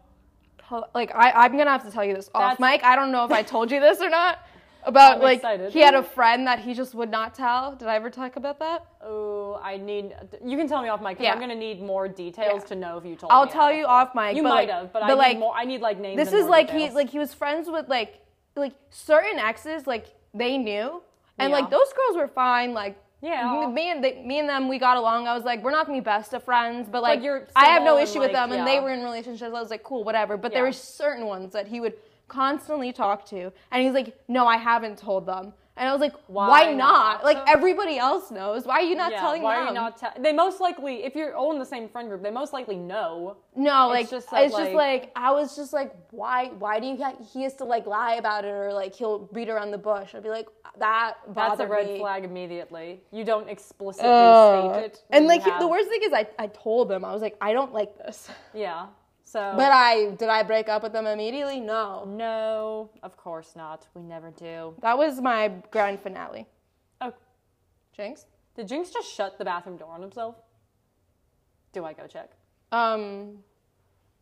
Hel- like I, I'm gonna have to tell you this off
That's-
mic. I don't know if I told you this or not. About
I'm
like
excited.
he had a friend that he just would not tell. Did I ever talk about that?
Oh, I need. You can tell me off mic. 'cause
Yeah.
I'm gonna need more details
Yeah.
to know if you told.
I'll
me
tell
that
you
before.
off mic,
You
but,
might
like-
have, but, I
but,
like
like,
need more. I need like names.
This
and
is
more
like
details.
he like he was friends with like like certain exes like they knew and
Yeah.
like those girls were fine like
Yeah.
m- me and they, me and them we got along. I was like we're not gonna be best of friends, but like
you're
I have no
civil and,
issue with
like,
them and they
yeah.
were in relationships. I was like cool whatever. But there
Yeah.
were certain ones that he would constantly talk to and he's like no I haven't told them. And I was like, why,
Why
not?
not?
Like everybody else knows. Why are you not
Yeah,
telling
why
them?
are you not? Te- they most likely, if you're all in the same friend group, they most likely know.
No, like
It's
it's
just
just
that,
like,
like-
I was just like, why? Why do you? ha- He has to like lie about it or like he'll beat around the bush. I'd be like, that bothered
That's a red
me.
flag immediately. You don't explicitly
Ugh.
state it.
And
you
like
have-
the worst thing is, I I told them I was like, I don't like this.
Yeah. So.
But I did I break up with them immediately? No.
no, of course not. We never do.
That was my grand finale.
Oh,
Jinx.
did Jinx just shut the bathroom door on himself? Do I go check?
Um.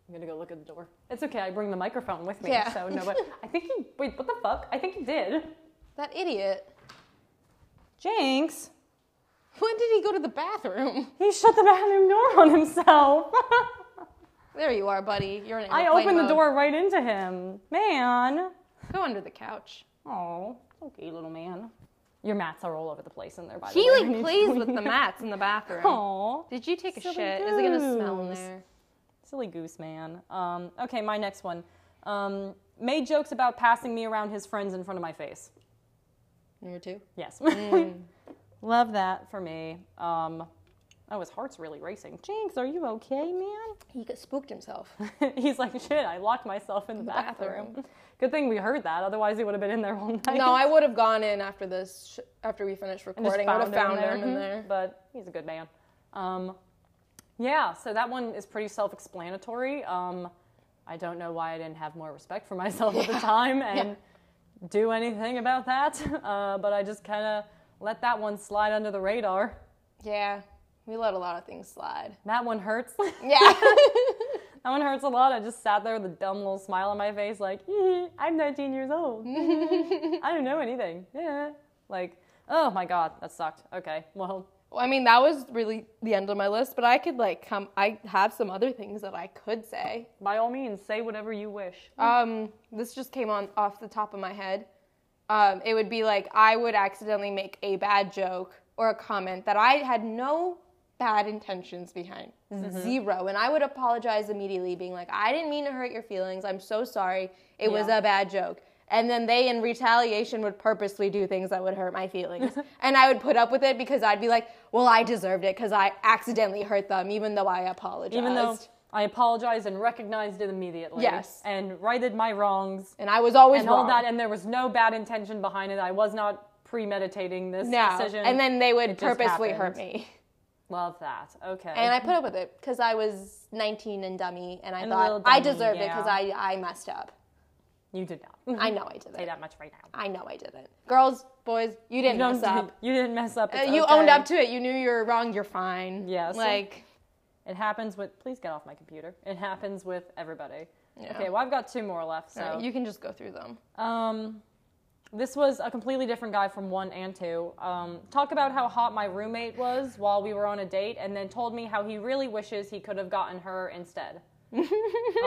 I'm gonna go look at the door. It's okay. I bring the microphone with me,
Yeah.
so no. But I think he. Wait, what the fuck? I think he did.
That idiot.
Jinx.
When did he go to the bathroom?
He shut the bathroom door on himself.
There you are, buddy. You're in.
I
airplane
opened the
mode.
door right into him. Man.
Go under the couch.
Oh, okay, little man. Your mats are all over the place in there, by
He
the way.
like plays with the mats in the bathroom.
Aw,
Did you take a
Silly
shit? Is it gonna smell in
goose.
there?
silly goose man. Um, okay, my next one. Um, made jokes about passing me around his friends in front of my face.
Number two.
Yes. Love that for me. Um, oh, his heart's really racing. Jinx, are you okay, man?
He got spooked himself.
He's like, shit, I locked myself in the, bathroom.
bathroom.
Good thing we heard that. Otherwise, he would have been in there all night.
no, I would have gone in after this, sh- after we finished
And just
recording. I would have found him in there.
But he's a good man. Um, yeah, so that one is pretty self explanatory. Um, I don't know why I didn't have more respect for myself at the time and do anything about that, uh, but I just kind of let that one slide under the radar.
Yeah, we let a lot of things slide.
That one hurts. that
Yeah.
one hurts a lot. I just sat there with a dumb little smile on my face, like, I'm 19 years old. I don't know anything. Yeah. Like, oh my God, that sucked. Okay, well,
Well, I mean, that was really the end of my list, but I could like come. I have some other things that I could say.
by all means, say whatever you wish.
Um, this just came on off the top of my head. Um, it would be like I would accidentally make a bad joke or a comment that I had no bad intentions behind,
Mm-hmm.
zero, and I would apologize immediately, being like, "I didn't mean to hurt your feelings. I'm so sorry. It was
Yeah.
a bad joke." And then they, in retaliation, would purposely do things that would hurt my feelings, and I would put up with it because I'd be like, "Well, I deserved it because I accidentally hurt them, even though I apologized."
even though I apologized and recognized it immediately.
Yes.
And righted my wrongs
and I was always
and all
wrong.
that. And there was no bad intention behind it. I was not premeditating this
No.
decision.
And then they would
It just
purposely
happened.
hurt me.
Love that. Okay.
And I put up with it because I was 19 and dummy, and I
And a little
thought
dummy,
I deserved it
yeah. Mm-hmm.
because I, I messed up.
you did not
I know I
say
didn't.
that much right now.
I know I didn't. Girls, boys, you didn't
You
mess up.
you didn't mess up.
Uh,
It's
You owned
okay.
up to it. You knew you were wrong. You're fine.
Yes.
Like,
It happens with. Please get off my computer. It happens with everybody.
Yeah.
Okay. Well, I've got two more left. So
you can just go through them.
Um, this was a completely different guy from one and two. Um, talk about how hot my roommate was while we were on a date, and then told me how he really wishes he could have gotten her instead.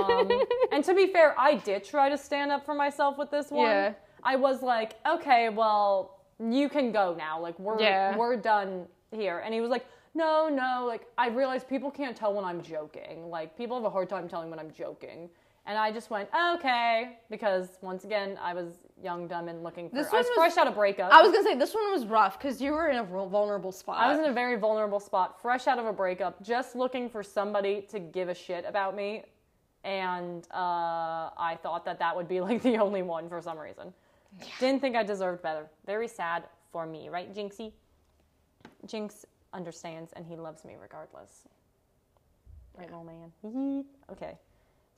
um, and to be fair, I did try to stand up for myself with this one.
Yeah.
I was like, okay, well, you can go now. Like we're
Yeah.
we're done here. And he was like, no, no. Like I realize people can't tell when I'm joking. Like people have a hard time telling when I'm joking. And I just went, okay, because once again, I was young, dumb, and looking for.
This
I was,
one was-
fresh out of breakup.
I was going to say, this one was rough because you were in a vul- vulnerable spot.
I was in a very vulnerable spot, fresh out of a breakup, just looking for somebody to give a shit about me. And uh, I thought that that would be like the only one for some reason. Didn't think I deserved better. Very sad for me, right, Jinxie? Jinx understands and he loves me regardless. Right, old man. Hee hee. okay.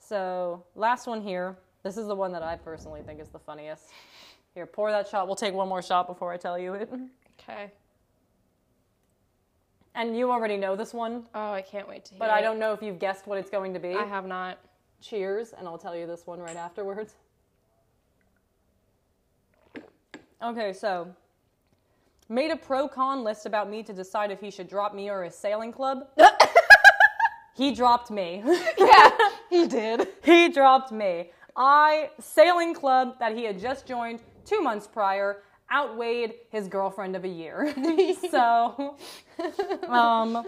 So, last one here. This is the one that I personally think is the funniest. Here, pour that shot. We'll take one more shot before I tell you it.
okay.
And you already know this one,
Oh, I can't wait to hear
but I
it.
don't know if you've guessed what it's going to be.
I have not.
Cheers, and I'll tell you this one right afterwards. Okay, so made a pro con list about me to decide if he should drop me or his sailing club. he dropped me.
yeah, he did.
he dropped me. I sailing club that he had just joined two months prior outweighed his girlfriend of a year. so, um,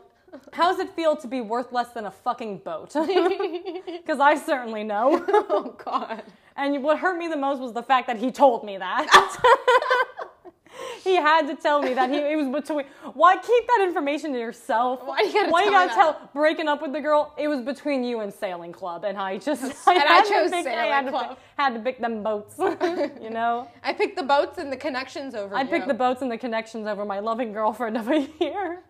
how does it feel to be worth less than a fucking boat? Because I certainly know.
Oh, God.
And what hurt me the most was the fact that he told me that. he had to tell me that he it was between. Why keep that information to yourself?
Why you gotta
Why
tell her
tell breaking up with the girl? It was between you and sailing club, and I just
And I
had
chose
to pick, I
sailing
had to pick-
club.
had to pick them boats, you know.
I picked the boats and the connections over
I
you.
picked the boats and the connections over my loving girlfriend of a year.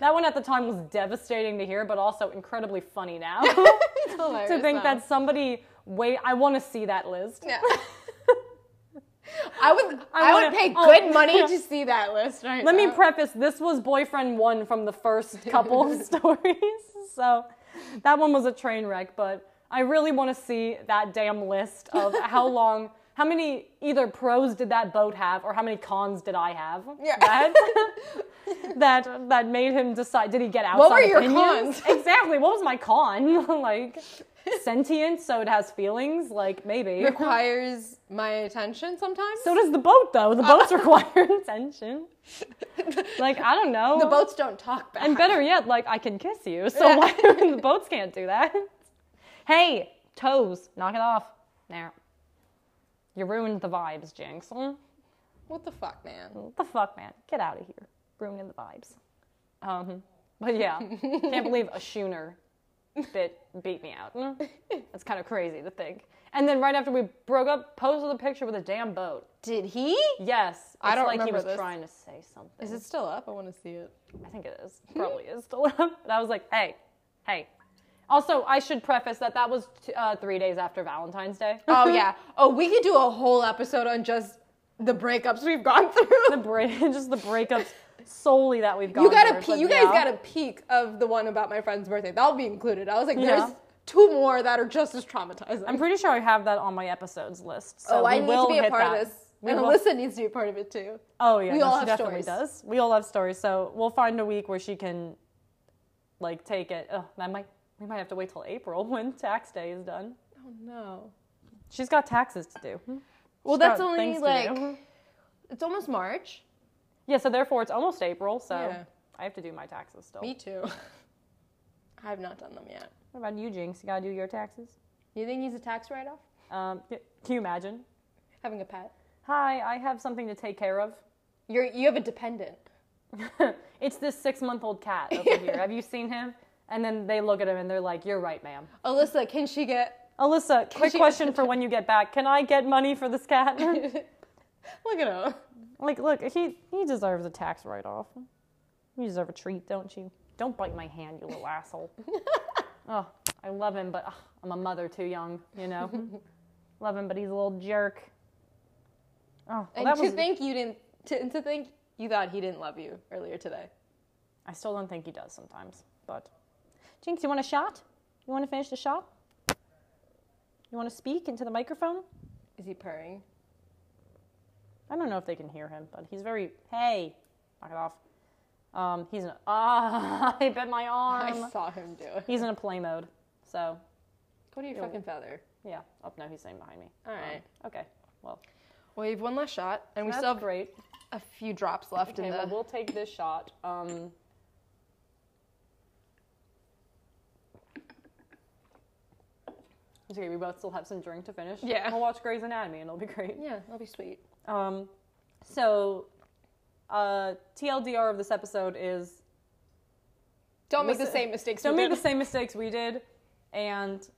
That one at the time was devastating to hear, but also incredibly funny now
It's hilarious,
to think
though.
that somebody wait. I want to see that list.
Yeah. I would
I
I,
wanna-
would pay
oh,
good money
yeah.
to see that list right
Let me
now.
preface this was boyfriend one from the first couple of stories. So that one was a train wreck, but I really want to see that damn list of how long, how many either pros did that boat have or how many cons did I have?
Yeah.
That, that, that made him decide did he get outside
What were your
opinions?
cons?
Exactly. What was my con? like sentient, so it has feelings? Like maybe.
requires my attention sometimes.
so does the boat though. The boats require attention. Like I don't know.
the boats don't talk back.
And better yet, like I can kiss you. So why the boats can't do that? Hey, toes, knock it off. There. You ruined the vibes, Jinx. Mm.
What the fuck, man?
What the fuck, man? Get out of here. Ruining the vibes. Um, but yeah, can't believe a schooner bit beat me out. Mm. That's kind of crazy to think. And then right after we broke up, posted the picture with a damn boat.
Did he?
Yes, it's
I don't
like he
remember
was
this.
trying to say something.
Is it still up? I want to see it.
I think it is. Probably is still up. But I was like, hey, hey. Also, I should preface that that was t- uh, three days after Valentine's Day.
Oh yeah. Oh, we could do a whole episode on just the breakups we've gone
the
through.
break, just the breakups solely that we've got.
You got a pe- you guys got a peek of the one about my friend's birthday. That'll be included. I was like,
Yeah.
there's two more that are just as traumatizing.
I'm pretty sure I have that on my episodes list. So
oh, I
we
need to
will
be a
hit
part
that.
of this.
We
and
will-
Alyssa needs to be a part of it too.
Oh yeah,
We
no,
all
she
have
definitely
stories.
does. We all have stories, so we'll find a week where she can, like, take it. Oh, that might we might have to wait till April when tax day is done.
Oh no.
She's got taxes to do.
Well,
She's got
that's only
things to
like
do.
it's almost March.
yeah. So therefore, it's almost April. So
Yeah.
I have to do my taxes still.
Me too. Oh. I have not done them yet.
What about you, Jinx? You gotta do your taxes.
You think he's a tax write-off?
Um, y- can you imagine?
Having a pet?
Hi, I have something to take care of.
You're you have a dependent.
it's this six-month-old cat over here. Have you seen him? And then they look at him and they're like, "You're right, ma'am."
Alyssa, can she get?
Alyssa, quick
she-
question for when you get back. Can I get money for this cat?
Look at him.
like, look, he, he deserves a tax write off. You deserve a treat, don't you? Don't bite my hand, you little asshole. Oh, I love him, but ugh, I'm a mother too young, you know? love him, but he's a little jerk. Oh, well,
And
that
to
was,
think you didn't, to, to think you thought he didn't love you earlier today.
I still don't think he does sometimes, but. Jinx, you want a shot? You want to finish the shot? You want to speak into the microphone?
Is he purring?
I don't know if they can hear him, but he's very hey, knock it off. Um, he's in ah, I bit my
I
arm.
saw him do it.
He's in a play mode, so
Go to your
Ew.
fucking feather.
yeah. Oh no, he's sitting behind me.
All right.
Um, okay. Well,
Well, you have one last shot, and we
that's
still have
great.
a few drops left
Okay,
in
well,
the.
we'll take this shot. Um, it's okay. We both still have some drink to finish.
Yeah.
We'll watch Grey's Anatomy, and it'll be great.
Yeah, that'll be sweet.
Um, so, uh, TLDR of this episode is
Don't make the
Listen-
same mistakes.
Don't
we
make the
did.
same mistakes we did. And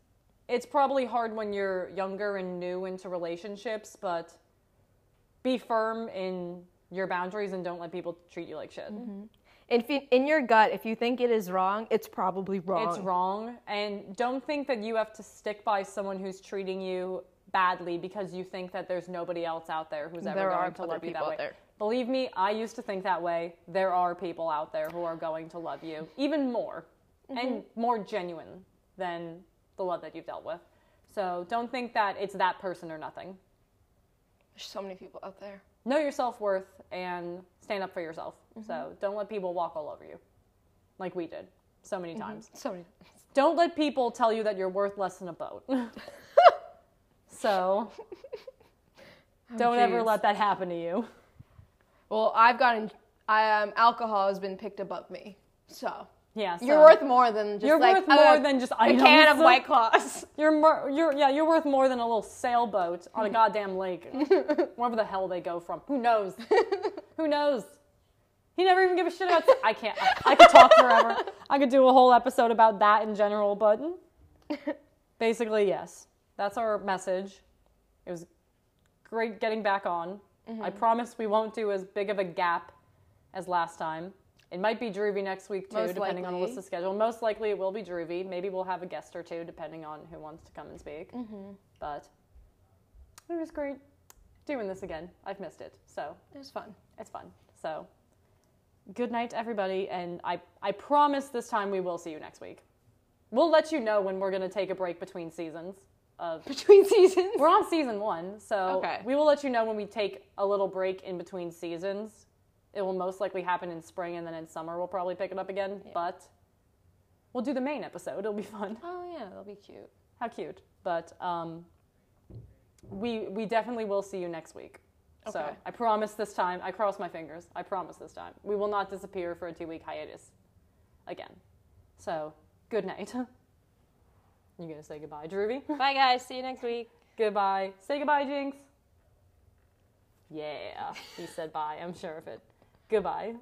it's probably hard when you're younger and new into relationships, but be firm in your boundaries and don't let people treat you like shit.
If you- in your gut, if you think it is wrong, it's probably wrong.
It's wrong. And don't think that you have to stick by someone who's treating you badly because you think that there's nobody else out there who's ever
There
going
are
to
other
love you
people
that
out
way.
there.
Believe me, I used to think that way. There are people out there who are going to love you even more and
Mm-hmm.
more genuine than the love that you've dealt with. So don't think that it's that person or nothing.
There's so many people out there.
Know your self worth and stand up for yourself.
Mm-hmm.
So don't let people walk all over you like we did so many times.
So many.
Don't let people tell you that you're worth less than a boat. so don't ever
jeez.
let that happen to you.
Well, I've gotten. I, um, alcohol has been picked above me, so
Yeah, so
you're worth more than just
you're
like
worth
a-
more than just
a
items.
can of white claws.
You're, more, you're yeah, you're worth more than a little sailboat on a goddamn lake, wherever the hell they go from. Who knows? Who knows? He never even gave a shit about. I can't. I, I could talk forever. I could do a whole episode about that in general, but basically, yes, that's our message. It was great getting back on.
Mm-hmm.
I promise we won't do as big of a gap as last time. It might be Droovy next week too,
Most
depending on
likely.
Alyssa's schedule. Most likely it will be Droovy. Maybe we'll have a guest or two, depending on who wants to come and speak.
Mm-hmm.
But it was great doing this again. I've missed it, so
It was fun.
it's fun. So good night, everybody, and I I promise this time we will see you next week. We'll let you know when we're gonna take a break between seasons of
Between seasons.
we're on season one, so
Okay.
we will let you know when we take a little break in between seasons. It will most likely happen in spring, and then in summer we'll probably pick it up again. But we'll do the main episode. It'll be fun.
Oh yeah, that'll be cute.
How cute! But um, we we definitely will see you next week. So
Okay.
I promise this time. I cross my fingers. I promise this time we will not disappear for a two week hiatus again. So good night. you gonna say goodbye, Drewby?
Bye guys. See you next week.
Goodbye. Say goodbye, Jinx. Yeah. He said bye. I'm sure of it. Goodbye.